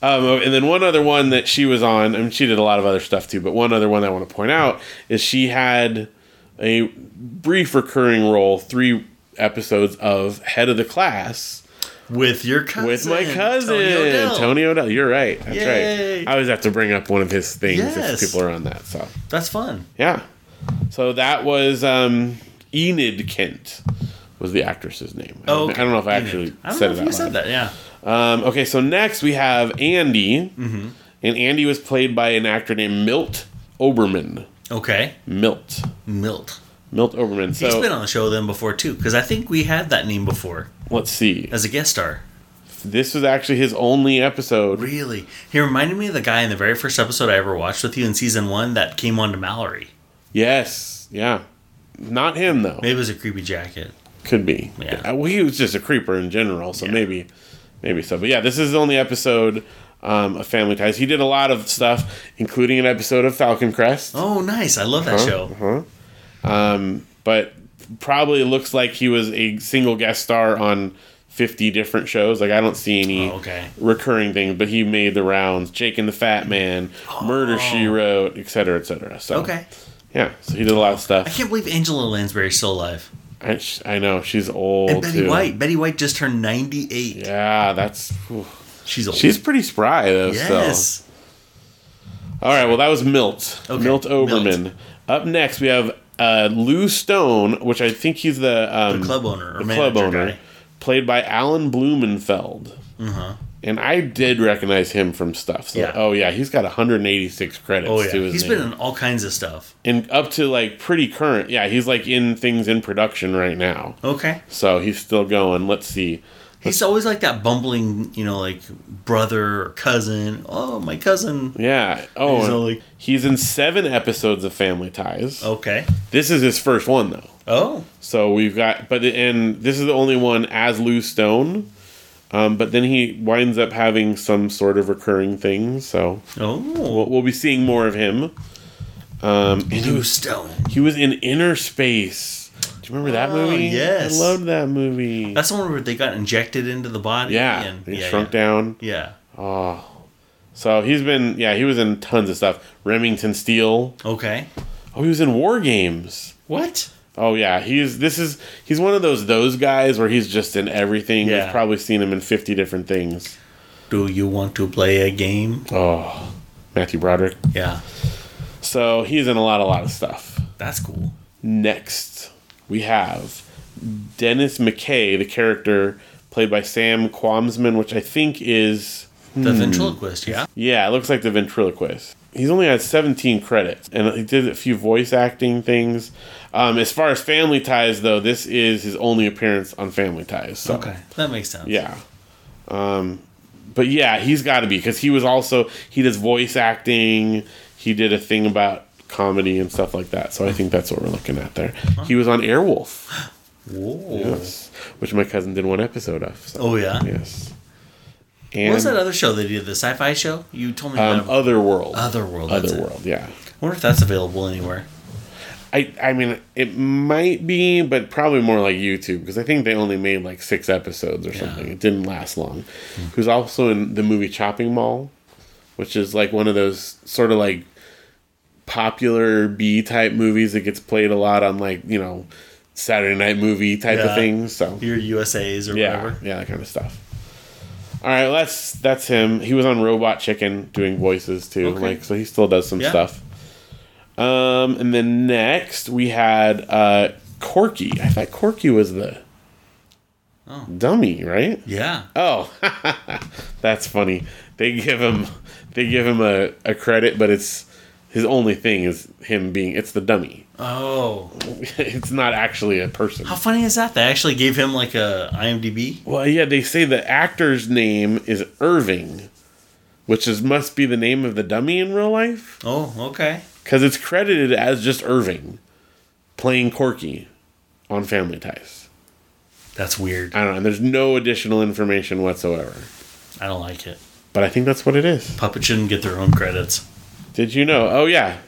S2: Um, and then one other one that she was on, I mean, she did a lot of other stuff too, but one other one I want to point out is she had a brief recurring role, three episodes of Head of the Class
S3: With your cousin.
S2: with my cousin,
S3: Tony O'Dell.
S2: Tony O'Dell. You're right. That's
S3: Yay.
S2: right. I always have to bring up one of his things
S3: Yes.
S2: if people are on that. So,
S3: That's fun.
S2: yeah. So that was um, Enid Kent. Was the actress's name? I don't- I don't know if I
S3: Unit.
S2: actually
S3: I don't
S2: said
S3: know
S2: it
S3: if
S2: out
S3: you
S2: loud.
S3: said that. Mm-hmm. Yeah.
S2: Um, okay, so next we have Andy, and Andy was played by an actor named Milt Oberman.
S3: Okay.
S2: Milt,
S3: Milt.
S2: Milt Oberman.
S3: He's been
S2: So
S3: on the show then before too, because I think we had that name before
S2: let's see.
S3: as a guest star.
S2: This was actually his only episode.
S3: Really, he reminded me of the guy in the very first episode I ever watched with you in season one that came on to Mallory.
S2: Yes, yeah, not him though.
S3: Maybe it was a creepy jacket.
S2: Could be.
S3: Yeah.
S2: Uh, Well, he was just a creeper in general, so
S3: Yeah.
S2: maybe, maybe so. But yeah, this is the only episode um, of Family Ties. He did a lot of stuff, including an episode of Falcon Crest.
S3: Oh, nice! I love that show.
S2: but probably looks like he was a single guest star on 50 different shows. Like I don't see any
S3: Oh, okay.
S2: recurring things, but he made the rounds. Jake and the Fat Man, Murder She Wrote, et cetera, et cetera. So
S3: Oh. Okay,
S2: yeah, so he did a lot of
S3: I
S2: stuff.
S3: can't believe Angela Lansbury's still alive.
S2: I, sh- I know she's old
S3: And Betty
S2: Oh, too.
S3: White. Betty White just turned ninety-eight.
S2: Yeah, that's whew.
S3: She's old.
S2: she's pretty spry though. So
S3: yes.
S2: all right, well that was Milt,
S3: Okay,
S2: Milt Oberman.
S3: Milt.
S2: Up next we have uh, Lou Stone, which I think he's the, um,
S3: Club owner or
S2: the
S3: manager
S2: club owner,
S3: guy. Uh-huh.
S2: played by Alan Blumenfeld. And I did recognize him from stuff. So,
S3: Yeah.
S2: Oh, yeah, he's got 186 credits
S3: Oh yeah,
S2: to his
S3: he's
S2: name.
S3: been in all kinds of stuff.
S2: and up to like pretty current. Yeah, he's like in things in production right now.
S3: Okay,
S2: So he's still going. Let's see.
S3: he's always like that bumbling, you know, like brother or cousin. Oh, my cousin.
S2: Yeah. Oh,
S3: He's
S2: and
S3: only- Oh.
S2: he's in seven episodes of Family Ties.
S3: Okay.
S2: This is his first one, though.
S3: Oh,
S2: So we've got, but and this is the only one as Lou Stone. Um, but then he winds up having some sort of recurring thing. So
S3: oh,
S2: we'll, we'll be seeing more of him. Um, and he
S3: Blue
S2: was
S3: Stone.
S2: he was in Inner Space. Do you remember that
S3: Oh,
S2: movie?
S3: yes.
S2: I loved that movie.
S3: That's the one where they got injected into the body.
S2: yeah,
S3: and,
S2: he
S3: yeah,
S2: shrunk
S3: yeah.
S2: down. Oh.
S3: Yeah.
S2: So he's been yeah he was in tons of stuff. Remington Steele.
S3: Okay.
S2: Oh, he was in War Games.
S3: What?
S2: Oh yeah, he's this is he's one of those those guys where he's just in everything.
S3: Yeah.
S2: You've probably seen him in fifty different things.
S3: Do you want to play a game?
S2: Oh, Matthew Broderick.
S3: Yeah.
S2: So he's in a lot, a lot of stuff.
S3: That's cool.
S2: Next, we have Dennis McKay, the character played by Sam Quamsman, which I think is
S3: The
S2: Hmm.
S3: ventriloquist, yeah.
S2: yeah, it looks like the ventriloquist. He's only had 17 credits, and he did a few voice acting things. Um, as far as Family Ties, though, this is his only appearance on Family Ties. So.
S3: Okay. That makes sense.
S2: Yeah. Um, but yeah, he's got to be because he was also he does voice acting. He did a thing about comedy and stuff like that. So I think that's what we're looking at there. He was on Airwolf,
S3: Whoa.
S2: yes, which my cousin did one episode of. So,
S3: Oh, yeah.
S2: yes.
S3: What
S2: And
S3: was that other show they did? The sci fi show? You told me
S2: um,
S3: about
S2: Otherworld.
S3: Otherworld. that's it.
S2: Otherworld. Yeah.
S3: I wonder if that's available anywhere.
S2: I I mean it might be, but probably more like YouTube because I think they only made like six episodes or something. It didn't last long. Who's also in the movie Chopping Mall, which is like one of those sort of like popular B type movies that gets played a lot on like you know Saturday night movie type of
S3: Yeah.
S2: things. So
S3: Your USAs or
S2: yeah,
S3: whatever.
S2: yeah, that kind of stuff. All right, well, that's that's him. He was on Robot Chicken doing voices too,
S3: Okay.
S2: like so he still does some
S3: Yeah.
S2: stuff. Um, and then next we had uh, Corky. I thought Corky was the
S3: Oh.
S2: dummy, right?
S3: Yeah.
S2: Oh, that's funny. They give him they give him a, a credit, but it's his only thing is him being it's the dummy.
S3: Oh.
S2: it's not actually a person.
S3: How funny is that? They actually gave him like a IMDb.
S2: Well, yeah, they say the actor's name is Irving, which is must be the name of the dummy in real life
S3: Oh, okay.
S2: because it's credited as just Irving playing Corky on Family Ties.
S3: That's weird.
S2: I don't know. And there's no additional information whatsoever,
S3: I don't like it.
S2: but I think that's what it is.
S3: Puppets shouldn't get their own credits.
S2: Did you know? Oh yeah,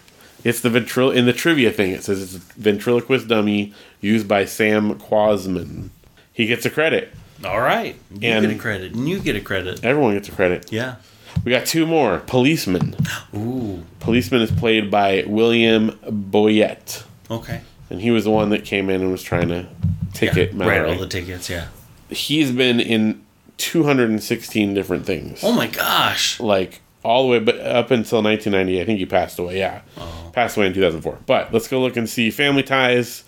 S2: it's the ventrilo in the trivia thing. It says it's a ventriloquist dummy used by Sam Quasman. He gets a credit.
S3: All right. You
S2: And-
S3: get a credit. And you get a credit.
S2: Everyone gets a credit.
S3: Yeah.
S2: We got two more. Policeman.
S3: Ooh.
S2: Policeman is played by William Boyette,
S3: Okay.
S2: and he was the one that came in and was trying to ticket
S3: yeah.
S2: Mallory.
S3: Right, all the tickets, yeah.
S2: He's been in 216 different things.
S3: Oh my gosh.
S2: like all the way but up until 1990 i think he passed away yeah
S3: Oh.
S2: passed away in 2004 but let's go look and see family ties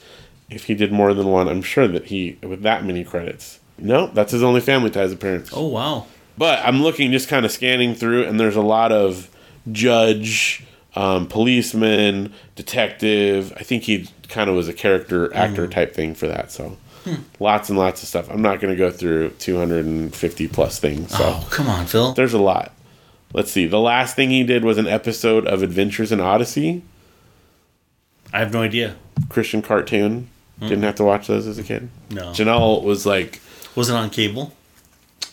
S2: if he did more than one i'm sure that he with that many credits no that's his only family ties appearance
S3: Oh wow.
S2: but i'm looking just kind of scanning through and there's a lot of judge um, policeman detective i think he kind of was a character actor
S3: Mm.
S2: type thing for that so
S3: Hmm.
S2: lots and lots of stuff i'm not going to go through 250 plus things so
S3: Oh, come on, Phil.
S2: there's a lot. Let's see. The last thing he did was an episode of Adventures in Odyssey,
S3: I have no idea.
S2: Christian cartoon. Didn't have to watch those as a kid.
S3: Hmm. No.
S2: Janelle was like,
S3: Was it on cable?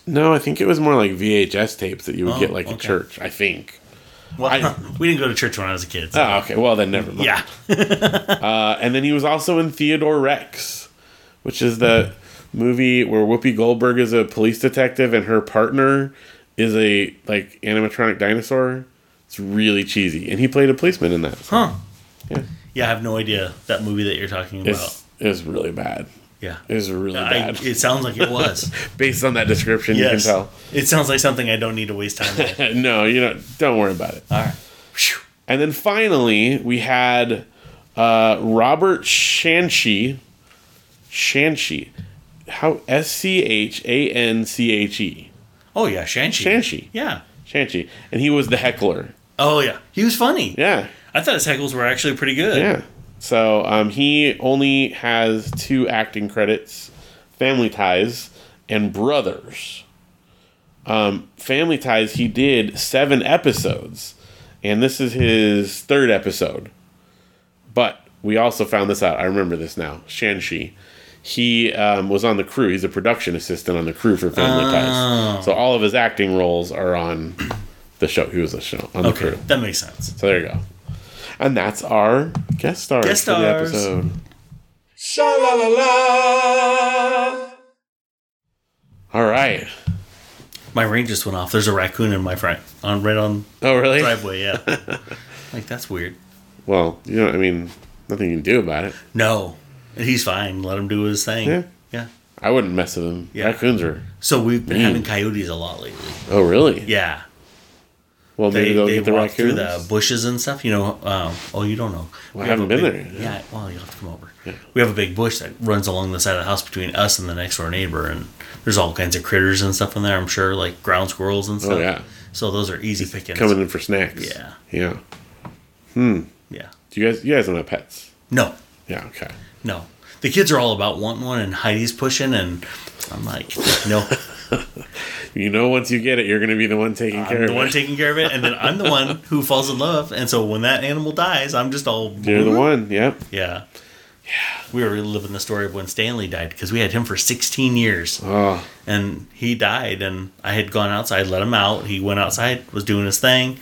S2: no, I think it was more like VHS tapes that you would
S3: Oh,
S2: get like at
S3: okay.
S2: church. I think.
S3: Well,
S2: I-
S3: we didn't go to church when I was a kid. so-
S2: Oh, okay. Well, then never mind.
S3: yeah.
S2: Uh, and then he was also in Theodore Rex, which is the movie where Whoopi Goldberg is a police detective and her partner is a like animatronic dinosaur. It's really cheesy, and he played a policeman in that. so-
S3: Huh.
S2: Yeah.
S3: Yeah, I have no idea that movie that you're talking about.
S2: It's, it was really bad.
S3: yeah.
S2: It was really
S3: I,
S2: bad.
S3: it sounds like it was.
S2: Based on that description,
S3: yes.
S2: you can
S3: It sounds like something I don't need to waste time on.
S2: tell. no, you don't. Don't worry about it.
S3: All right. Phew.
S2: And then finally, we had uh, Robert Shanchi. Shanchi. How? S C H A N C H E.
S3: Oh yeah, Shanchi.
S2: Shanchi.
S3: Yeah.
S2: Shanchi. And he was the heckler.
S3: Oh yeah. He was funny.
S2: Yeah.
S3: I thought his heckles were actually pretty good.
S2: Yeah. So um, he only has two acting credits Family Ties and Brothers. Um, Family Ties, he did seven episodes, and this is his third episode. But we also found this out. I remember this now. Shanshi. He um, was on the crew. He's a production assistant on the crew for Family Ties. So all of his acting roles are on the show. He was a show on the
S3: Okay.
S2: crew.
S3: That makes sense.
S2: So there you go. And that's our guest stars
S3: Guest
S2: for the
S3: stars.
S2: episode.
S1: Sha la la la.
S2: All right.
S3: My ring just went off. There's a raccoon in my front on right on
S2: Oh, really?
S3: driveway, yeah. like that's weird.
S2: Well, you know, I mean, nothing you can do about it.
S3: No. And he's fine. Let him do his thing.
S2: Yeah.
S3: Yeah.
S2: I wouldn't mess with them.
S3: Yeah.
S2: Raccoons are.
S3: So we've been
S2: Mm.
S3: having coyotes a lot lately.
S2: Oh, really?
S3: Yeah.
S2: Well, maybe
S3: They,
S2: they'll
S3: they
S2: get the
S3: walk through
S2: raccoons.
S3: the bushes and stuff. You know, um, oh, you don't know.
S2: Well, I haven't been there.
S3: Yeah. well, you'll have to come over. We have a big bush that runs along the side of the house between us and the next door neighbor, and there's all kinds of critters and stuff in there. I'm sure, like ground squirrels and stuff.
S2: Oh, yeah.
S3: So those are easy pickings.
S2: Coming in for snacks.
S3: Yeah.
S2: Yeah.
S3: Yeah.
S2: Do you guys? You guys don't have pets?
S3: No,
S2: Yeah. Okay.
S3: no. The kids are all about wanting one, and Heidi's pushing, and I'm like, no,
S2: You know, once you get it, you're going to be the one taking care
S3: I'm the
S2: of
S3: one
S2: it.
S3: taking care of it, and then I'm the one who falls in love, and so when that animal dies, I'm just all
S2: you're the one. Yep.
S3: Yeah. Yeah. We were reliving the story of when Stanley died because we had him for 16 years
S2: Oh,
S3: and he died. And I had gone outside, let him out. He went outside, was doing his thing.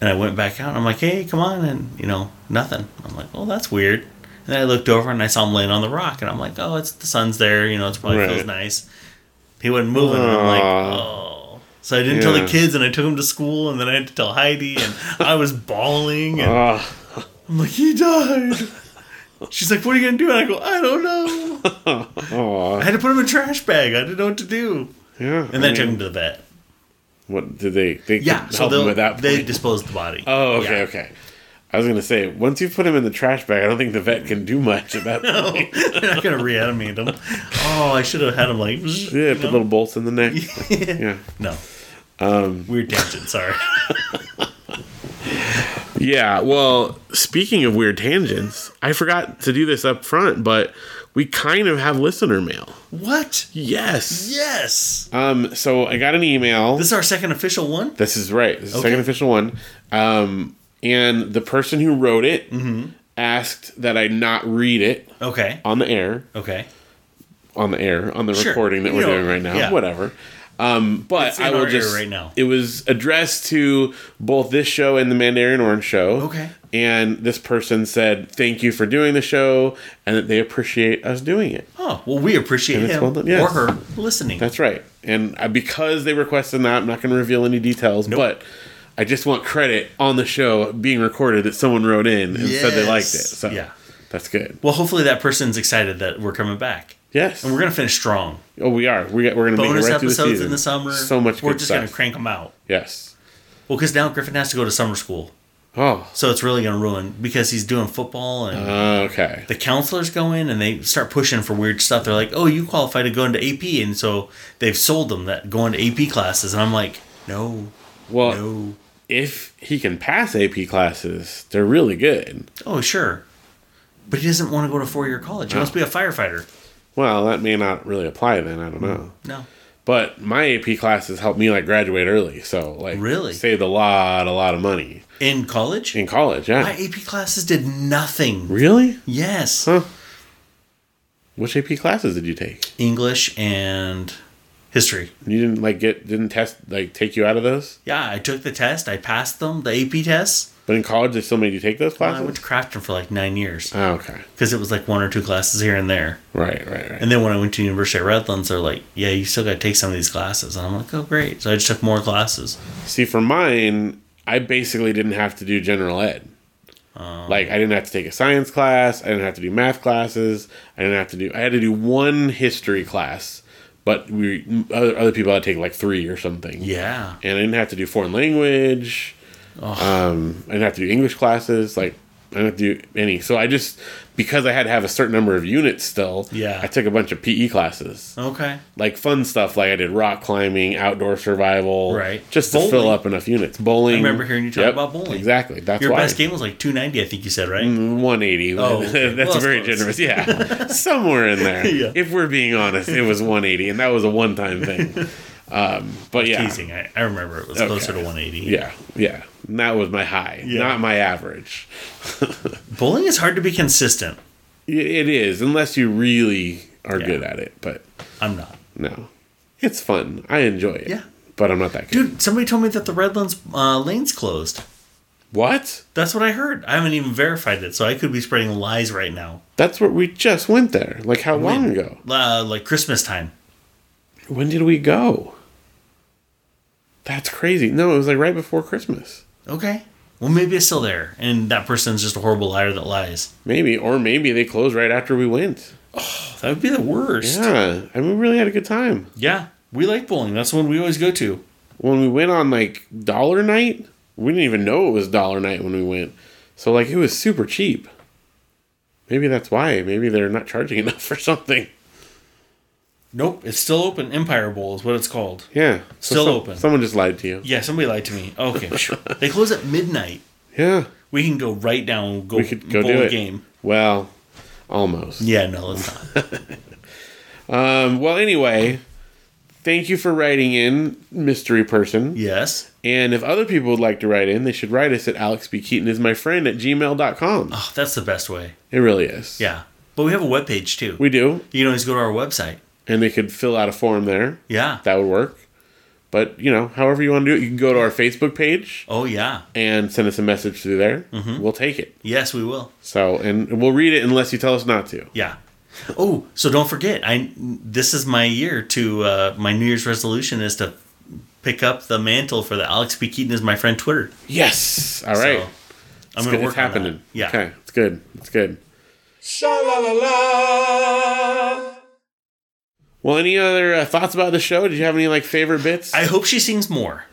S3: And I went back out and I'm like, hey, come on. And, you know, nothing. I'm like, well, that's weird. And then I looked over and I saw him laying on the rock and I'm like, oh, it's the sun's there. You know, it's probably
S2: Right.
S3: feels nice. He wasn't moving. And I'm like, oh. So I didn't tell
S2: Yeah.
S3: the kids and I took him to school and then I had to tell Heidi and I was bawling. And
S2: oh,
S3: I'm like, he died. She's like, what are you gonna do? And I go, I don't know. I
S2: oh,
S3: had to put him in a trash bag. I didn't know what to do.
S2: yeah.
S3: And then I took him to the vet.
S2: what did they? They
S3: Yeah,
S2: could
S3: so
S2: help him
S3: they
S2: with that.
S3: they
S2: point.
S3: disposed the body.
S2: Oh, okay,
S3: Yeah.
S2: okay. I was gonna say once you put him in the trash bag, I don't think the vet can do much about that.
S3: No, they're not gonna reanimate him. Oh, I should have had him like.
S2: Yeah, put little bolts in the neck. yeah,
S3: No. Um, Weird tangent. Sorry.
S2: yeah. Well, speaking of weird tangents, I forgot to do this up front, but we kind of have listener mail.
S3: what?
S2: Yes.
S3: Yes.
S2: Um. So I got an email.
S3: This is our second official one.
S2: This is right. This is the second official one. Um, and the person who wrote it
S3: Mm-hmm.
S2: asked that I not read it
S3: Okay.
S2: on the air,
S3: Okay.
S2: on the air, on the
S3: Sure.
S2: recording that
S3: You
S2: we're
S3: know,
S2: doing right now.
S3: yeah.
S2: Whatever. Um,
S3: It's
S2: but
S3: in
S2: I will
S3: our ear
S2: just
S3: right now.
S2: It was addressed to both this show and the Mandarin Orange show.
S3: Okay.
S2: And this person said thank you for doing the show and that they appreciate us doing it.
S3: Oh well, we appreciate
S2: And it's
S3: him
S2: well done, yes.
S3: or her listening.
S2: That's right. And I, because they requested that, I'm not going to reveal any details, but I just want credit on the show being recorded that someone wrote in and said they liked it.
S3: Yes.
S2: So
S3: Yeah.
S2: that's good.
S3: well, hopefully that person's excited that we're coming back.
S2: Yes.
S3: And we're gonna finish strong.
S2: oh, we are. We, we're going to make it
S3: Bonus
S2: right through the
S3: episodes
S2: season.
S3: in the summer.
S2: So much
S3: We're
S2: good
S3: just
S2: stuff.
S3: gonna crank them out.
S2: Yes.
S3: Well, because now Griffin has to go to summer school,
S2: Oh,
S3: so it's really gonna ruin because he's doing football and
S2: Uh-huh. okay.
S3: the counselors go in and they start pushing for weird stuff. They're like, "Oh, you qualify to go into AP," and so they've sold them that going to AP classes. And I'm like, "No,
S2: Well,
S3: no,
S2: if he can pass AP classes, they're really good.
S3: oh sure," but he doesn't want to go to four year
S2: Uh-huh.
S3: college. He wants to be a firefighter.
S2: Well, that may not really apply then. I don't know.
S3: No,
S2: But my AP classes helped me like graduate early, so like
S3: Really?
S2: saved a lot, a lot of money
S3: in college,
S2: in college. Yeah.
S3: my AP classes did nothing.
S2: really?
S3: Yes,
S2: Huh. Which AP classes did you take?
S3: English and history.
S2: You didn't like get didn't test like take you out of those,
S3: Yeah, I took the test. I passed them, the AP tests.
S2: but in college they still made you take those
S3: I went
S2: classes.
S3: to Crafton for like nine years
S2: Oh, okay,
S3: because it was like one or two classes here and there.
S2: right, right, right.
S3: And then when I went to University of Redlands, they're like, "Yeah, you still got to take some of these classes." And I'm like, "Oh, great!" So I just took more classes.
S2: See, for mine, I basically didn't have to do general ed.
S3: Oh.
S2: like I didn't have to take a science class. I didn't have to do math classes. I didn't have to do. I had to do one history class, but we other other people had to take like three or something.
S3: Yeah,
S2: and I didn't have to do foreign language. Um, I didn't have to do English classes. Like I didn't have to do any. So I just because I had to have a certain number of units still.
S3: Yeah.
S2: I took a bunch of PE classes,
S3: okay,
S2: like fun stuff. Like I did rock climbing, outdoor survival,
S3: Right.
S2: Just to
S3: Bowling.
S2: fill up enough units. Bowling. I
S3: remember hearing you talk about bowling.
S2: Exactly. That's
S3: your
S2: why.
S3: best game was like 290, I think you said,
S2: Mm,
S3: right?
S2: 180.
S3: Oh, okay.
S2: That's
S3: Well,
S2: very
S3: that's
S2: generous. Yeah. Somewhere in there.
S3: Yeah.
S2: If we're being honest, it was 180, and that was a one time thing. um, but yeah.
S3: Teasing, I, I remember it was closer to 180.
S2: Yeah, yeah. And that was my high,
S3: Yeah.
S2: not my average.
S3: Bowling is hard to be consistent.
S2: I- It is, unless you really are
S3: Yeah.
S2: good at it. But
S3: I'm not,
S2: no, it's fun. I enjoy it.
S3: Yeah.
S2: But I'm not that good.
S3: dude. Somebody told me that the Redlands uh, lane's closed.
S2: What?
S3: That's what I heard. I haven't even verified it, so I could be spreading lies right now.
S2: That's where we just went there. Like how long ago?
S3: Uh, like Christmas time.
S2: When did we go? That's crazy. No, it was like right before Christmas.
S3: Okay. Well, maybe it's still there, and that person's just a horrible liar that lies.
S2: Maybe, or maybe they closed right after we went.
S3: That would be the worst.
S2: Yeah, I mean, we really had a good time
S3: Yeah, we like bowling. That's the one we always go to.
S2: when we went on like dollar night. We didn't even know it was dollar night when we went, so like it was super cheap. Maybe that's why. Maybe they're not charging enough or something.
S3: Nope, it's still open. Empire Bowl is what it's called.
S2: Yeah, So
S3: Still
S2: some-
S3: open.
S2: Someone just lied to you.
S3: Yeah, somebody lied to me. Okay, they close at midnight.
S2: Yeah,
S3: We can go right down. Go
S2: we could go
S3: bowl
S2: do
S3: a
S2: it.
S3: game.
S2: Well, almost.
S3: Yeah, no, let's not.
S2: Um. Well, anyway, thank you for writing in, mystery person.
S3: yes.
S2: And if other people would like to write in, they should write us at alexbkeatonismyfriend at gmail.com.
S3: Oh, that's the best way.
S2: It really is.
S3: Yeah, but we have a webpage too.
S2: We do.
S3: you can always go to our website.
S2: And they could fill out a form there.
S3: Yeah.
S2: That would work. But, you know, however you want to do it, you can go to our Facebook page
S3: oh yeah.
S2: and send us a message through there.
S3: Mm-hmm.
S2: We'll take it.
S3: Yes, we will.
S2: So, and we'll read it unless you tell us not to.
S3: Yeah. Oh, so don't forget. I this is my year to uh, my New Year's resolution is to pick up the mantle for the Alex B Keaton is my friend Twitter.
S2: Yes. All right.
S3: So, I'm
S2: It's
S3: gonna
S2: good.
S3: work
S2: It's
S3: on
S2: happening.
S3: that. Yeah.
S2: Okay. It's good. It's good.
S1: Sha la la la.
S2: Well, any other uh, thoughts about the show? Did you have any, like, favorite bits?
S3: I hope she sings more.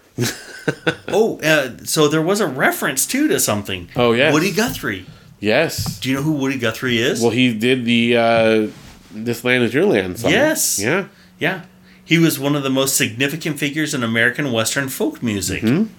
S3: oh, uh, so there was a reference too to something.
S2: Oh, yes.
S3: Woody Guthrie.
S2: Yes.
S3: Do you know who Woody Guthrie is?
S2: Well, he did the uh, "This Land Is Your Land" song.
S3: Yes.
S2: Yeah.
S3: yeah, he was one of the most significant figures in American Western folk music.
S2: Mm-hmm.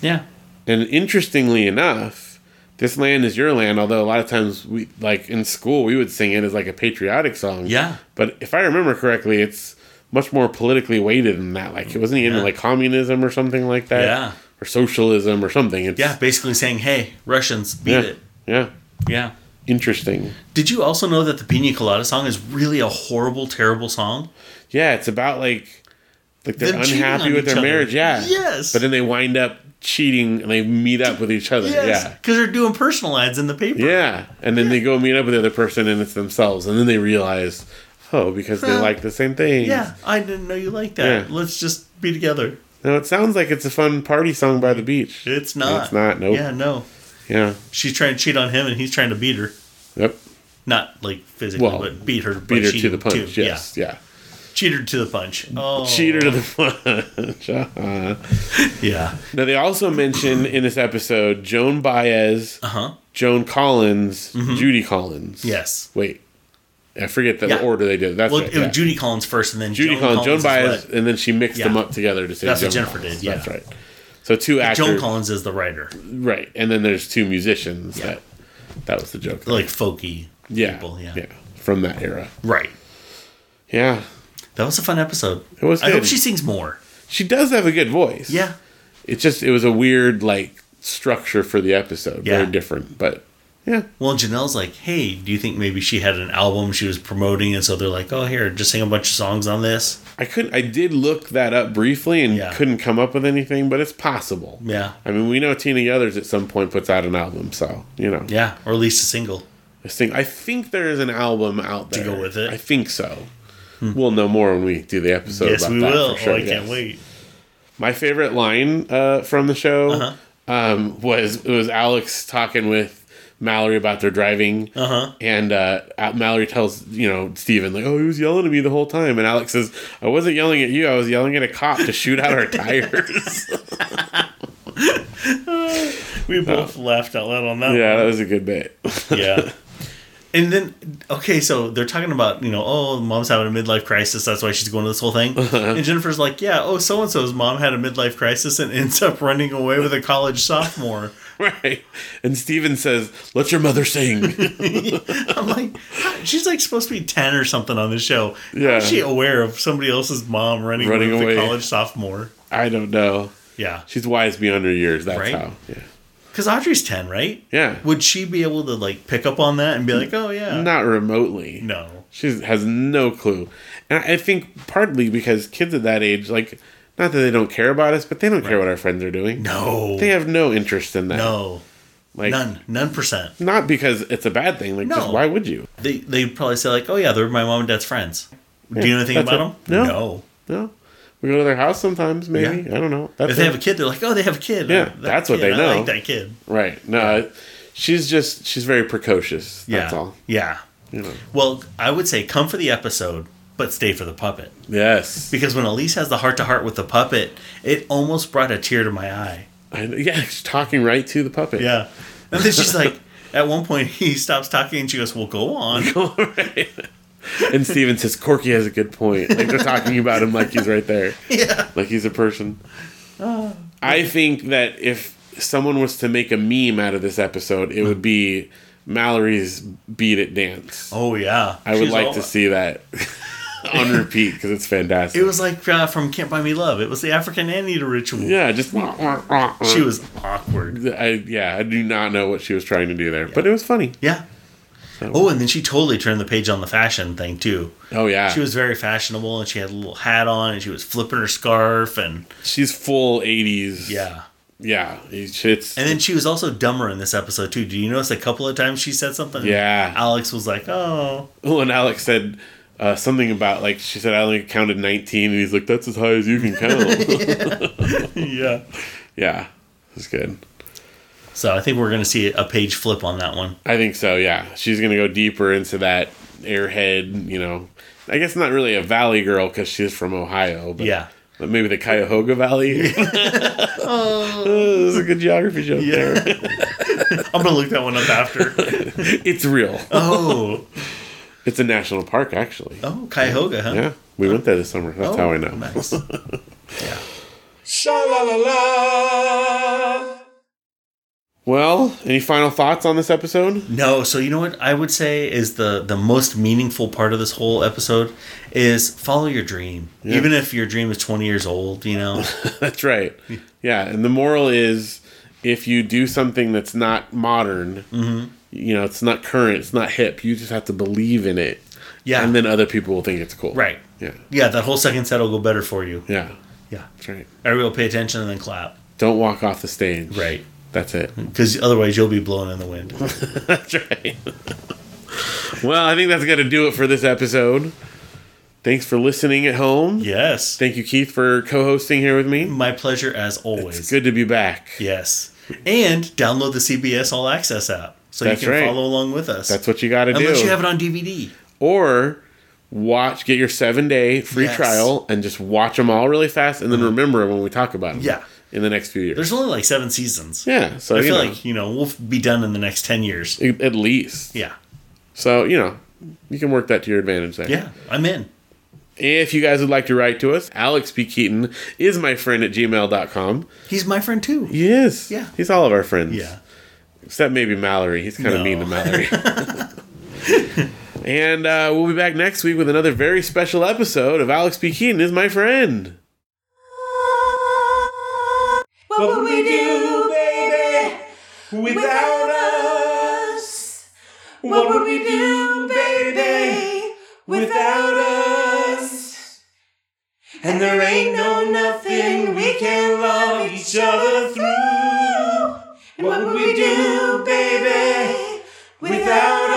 S3: Yeah.
S2: And interestingly enough, "This Land Is Your Land," although a lot of times we like in school we would sing it as like a patriotic song.
S3: Yeah.
S2: But if I remember correctly, it's much more politically weighted than that. Like, it wasn't he into
S3: Yeah.
S2: like communism or something like that?
S3: Yeah.
S2: Or socialism or something. It's,
S3: Yeah, basically saying, "Hey, Russians, beat
S2: Yeah.
S3: it."
S2: Yeah.
S3: Yeah.
S2: Interesting.
S3: Did you also know that the Pina Colada song is really a horrible, terrible song?
S2: Yeah, it's about like like they're
S3: Them cheating
S2: unhappy
S3: on
S2: with
S3: each
S2: their
S3: other.
S2: marriage. Yeah.
S3: Yes.
S2: But then they wind up cheating and they meet up with each other. Yeah.
S3: Because they're doing personal ads in the paper.
S2: Yeah. And then they go meet up with the other person and it's themselves. And then they realize, oh, because they
S3: Huh.
S2: like the same thing.
S3: Yeah, I didn't know you liked
S2: Yeah.
S3: that. Let's just be together.
S2: Now it sounds like it's a fun party song by the beach.
S3: It's not.
S2: It's not. Nope.
S3: Yeah, no.
S2: Yeah.
S3: She's trying to cheat on him, and he's trying to beat her.
S2: Yep.
S3: Not like physically,
S2: Well,
S3: but beat her. by
S2: Beat her to
S3: cheating,
S2: the punch.
S3: too.
S2: Yes. Yeah.
S3: Yeah, cheat her to the punch. Oh,
S2: Cheater to the punch. Uh-huh.
S3: Yeah.
S2: now they also mention in this episode Joan Baez,
S3: Uh huh.
S2: Joan Collins, Judy Collins.
S3: Mm-hmm. Yes.
S2: Wait, I forget the
S3: Yeah.
S2: order they did. That's
S3: Well,
S2: right.
S3: it was
S2: yeah. Judy,
S3: Judy Collins first, and then Joan
S2: Collins, Joan
S3: Collins is
S2: Baez,
S3: what-
S2: and then she mixed
S3: Yeah.
S2: them up together to say
S3: That's what
S2: Joan
S3: Jennifer
S2: Collins.
S3: did, yeah.
S2: That's right. So two actors,
S3: Joan Collins is the writer,
S2: right? And then there's two musicians. That that was the joke.
S3: like folky
S2: yeah.
S3: people. Yeah.
S2: yeah, from that era.
S3: Right.
S2: Yeah,
S3: That was a fun episode.
S2: It was
S3: I hope
S2: good.
S3: she sings more.
S2: she does have a good voice.
S3: Yeah.
S2: it's just it was a weird like structure for the episode.
S3: Yeah.
S2: Very different, but yeah,
S3: Well, Janelle's like, hey, do you think maybe she had an album she was promoting? And so they're like, oh, here, just sing a bunch of songs on this.
S2: I couldn't. I did look that up briefly and
S3: Yeah.
S2: couldn't come up with anything, but it's possible.
S3: Yeah.
S2: I mean, we know Tina Yothers at some point puts out an album, so you know.
S3: Yeah. Or at least a single.
S2: This thing, I think there is an album out there
S3: go with it? Hmm.
S2: I think so. We'll know more when we do the episode.
S3: yes,
S2: about
S3: we
S2: that
S3: will.
S2: For sure.
S3: oh, I
S2: yes.
S3: can't wait.
S2: My favorite line uh, from the show
S3: Uh-huh.
S2: um, was it was Alex talking with Mallory about their driving,
S3: Uh-huh.
S2: and uh, Mallory tells you know Steven, like, "Oh, he was yelling at me the whole time," and Alex says, "I wasn't yelling at you. I was yelling at a cop to shoot out our tires."
S3: We both laughed out loud on that
S2: Oh. yeah, that was a good bit.
S3: one. Yeah. And then, okay, so they're talking about, you know, oh, mom's having a midlife crisis. That's why she's going to this whole thing. And Jennifer's like, yeah, oh, so and so's mom had a midlife crisis and ends up running away with a college sophomore.
S2: right, and Steven says, "Let your mother sing."
S3: I'm like, how- she's like supposed to be ten or something on the show.
S2: Yeah.
S3: How is she aware of somebody else's mom running,
S2: Running
S3: with
S2: away.
S3: a college sophomore?
S2: I don't know.
S3: Yeah,
S2: She's wise beyond her years. That's
S3: Right?
S2: how. Yeah.
S3: because Audrey's ten, right?
S2: Yeah.
S3: Would she be able to like pick up on that and be like, oh yeah,
S2: Not remotely.
S3: no,
S2: She has no clue. And I think partly because kids at that age, like, not that they don't care about us, but they don't care what our friends are doing.
S3: no,
S2: They have no interest in that.
S3: no,
S2: Like,
S3: none, none percent.
S2: Not because it's a bad thing. Like,
S3: No.
S2: just why would you?
S3: They they probably say like, oh yeah, they're my mom and dad's friends. Do you know anything
S2: that's
S3: about
S2: it.
S3: them?
S2: No. No. We go to their house sometimes, maybe. I don't know. That's
S3: If they
S2: it.
S3: have a kid, they're like, oh, they have a kid.
S2: Yeah,
S3: That
S2: that's what
S3: kid,
S2: they
S3: I
S2: know.
S3: like that kid.
S2: right. No, I- she's just, she's very precocious.
S3: Yeah,
S2: That's all.
S3: yeah.
S2: You know.
S3: Well, I would say come for the episode, but stay for the puppet.
S2: Yes.
S3: because when Elise has the heart to heart with the puppet, it almost brought a tear to my eye.
S2: I, yeah, she's talking right to the puppet.
S3: Yeah. And then she's like, at one point, he stops talking and she goes, Well, go on.
S2: And Steven says, Corky has a good point. Like they're talking about him like he's right there.
S3: Yeah.
S2: Like he's a person. I think that if someone was to make a meme out of this episode, it would be Mallory's Beat It Dance.
S3: Oh, yeah.
S2: I would
S3: She's
S2: like
S3: all-
S2: to see that on repeat because it's fantastic.
S3: It was like uh, from Can't Buy Me Love. It was the African anteater ritual.
S2: yeah, just. She
S3: She was awkward.
S2: I, yeah, I do not know what she was trying to do there, but it was funny.
S3: Yeah. Oh, and then she totally turned the page on the fashion thing, too.
S2: Oh, yeah.
S3: She was very fashionable and she had a little hat on and she was flipping her scarf and
S2: She's full 80s.
S3: yeah.
S2: Yeah. It's, it's-
S3: And then she was also dumber in this episode too. Do you notice a couple of times she said something?
S2: Yeah.
S3: Alex was like, "Oh,
S2: Oh, and Alex said uh, something about like she said I only counted nineteen, and he's like, "That's as high as you can count."
S3: yeah."
S2: yeah, that's good.
S3: So I think we're going to see a page flip on that one.
S2: I think so. Yeah, she's gonna go deeper into that airhead. You know, I guess not really a valley girl because she's from Ohio. But
S3: Yeah.
S2: But maybe the Cuyahoga Valley. oh, this is a good geography joke there.
S3: I'm gonna look that one up after.
S2: It's real.
S3: oh,
S2: It's a national park, actually.
S3: oh, Cuyahoga, huh?
S2: Yeah, we went there this summer. That's
S3: Oh,
S2: how I know.
S3: Nice. yeah.
S1: sha la la la,
S2: Well, any final thoughts on this episode?
S3: No, so you know what I would say is the the most meaningful part of this whole episode is follow your dream, even if your dream is twenty years old. You know,
S2: That's right. Yeah, and the moral is if you do something that's not modern,
S3: Mm-hmm.
S2: you know, it's not current, it's not hip, you just have to believe in it.
S3: Yeah.
S2: And then other people will think it's cool.
S3: right?
S2: Yeah.
S3: Yeah, that whole second set will go better for you.
S2: Yeah.
S3: Yeah,
S2: That's right.
S3: everybody will pay attention and then clap.
S2: Don't walk off the stage.
S3: Right. Mm-hmm.
S2: That's it.
S3: Because otherwise, you'll be blown in the wind.
S2: That's right. well, I think that's going to do it for this episode. Thanks for listening at home.
S3: Yes.
S2: Thank you, Keith, for co hosting here with me.
S3: My pleasure as always.
S2: It's good to be back.
S3: Mm-hmm. Yes. And download the CBS All Access app so
S2: That's
S3: you can
S2: right.
S3: follow along with us.
S2: That's what you got to do.
S3: Unless you have it on DVD.
S2: or watch get your seven day free
S3: Yes. Mm-hmm.
S2: trial and just watch them all really fast and then remember 'em remember when we talk about them
S3: Yeah.
S2: in the next few years
S3: There's only like seven seasons.
S2: yeah so
S3: I
S2: you
S3: feel
S2: know,
S3: like, you know, we'll be done in the next 10 years.
S2: a- at least
S3: Yeah.
S2: so you know you can work that to your advantage there
S3: Yeah. I'm in.
S2: if you guys would like to write to us alex b keaton is my friend at gmail.com
S3: He's my friend too.
S2: he is
S3: Yeah.
S2: he's all of our friends
S3: Yeah.
S2: except maybe mallory he's kind of
S3: No.
S2: mean to mallory and uh, we'll be back next week with another very special episode of alex b keaton is my friend
S1: what would we do, baby, without us? What would we do, baby, without us? And there ain't no nothing we can love each other through. And what would we do, baby, without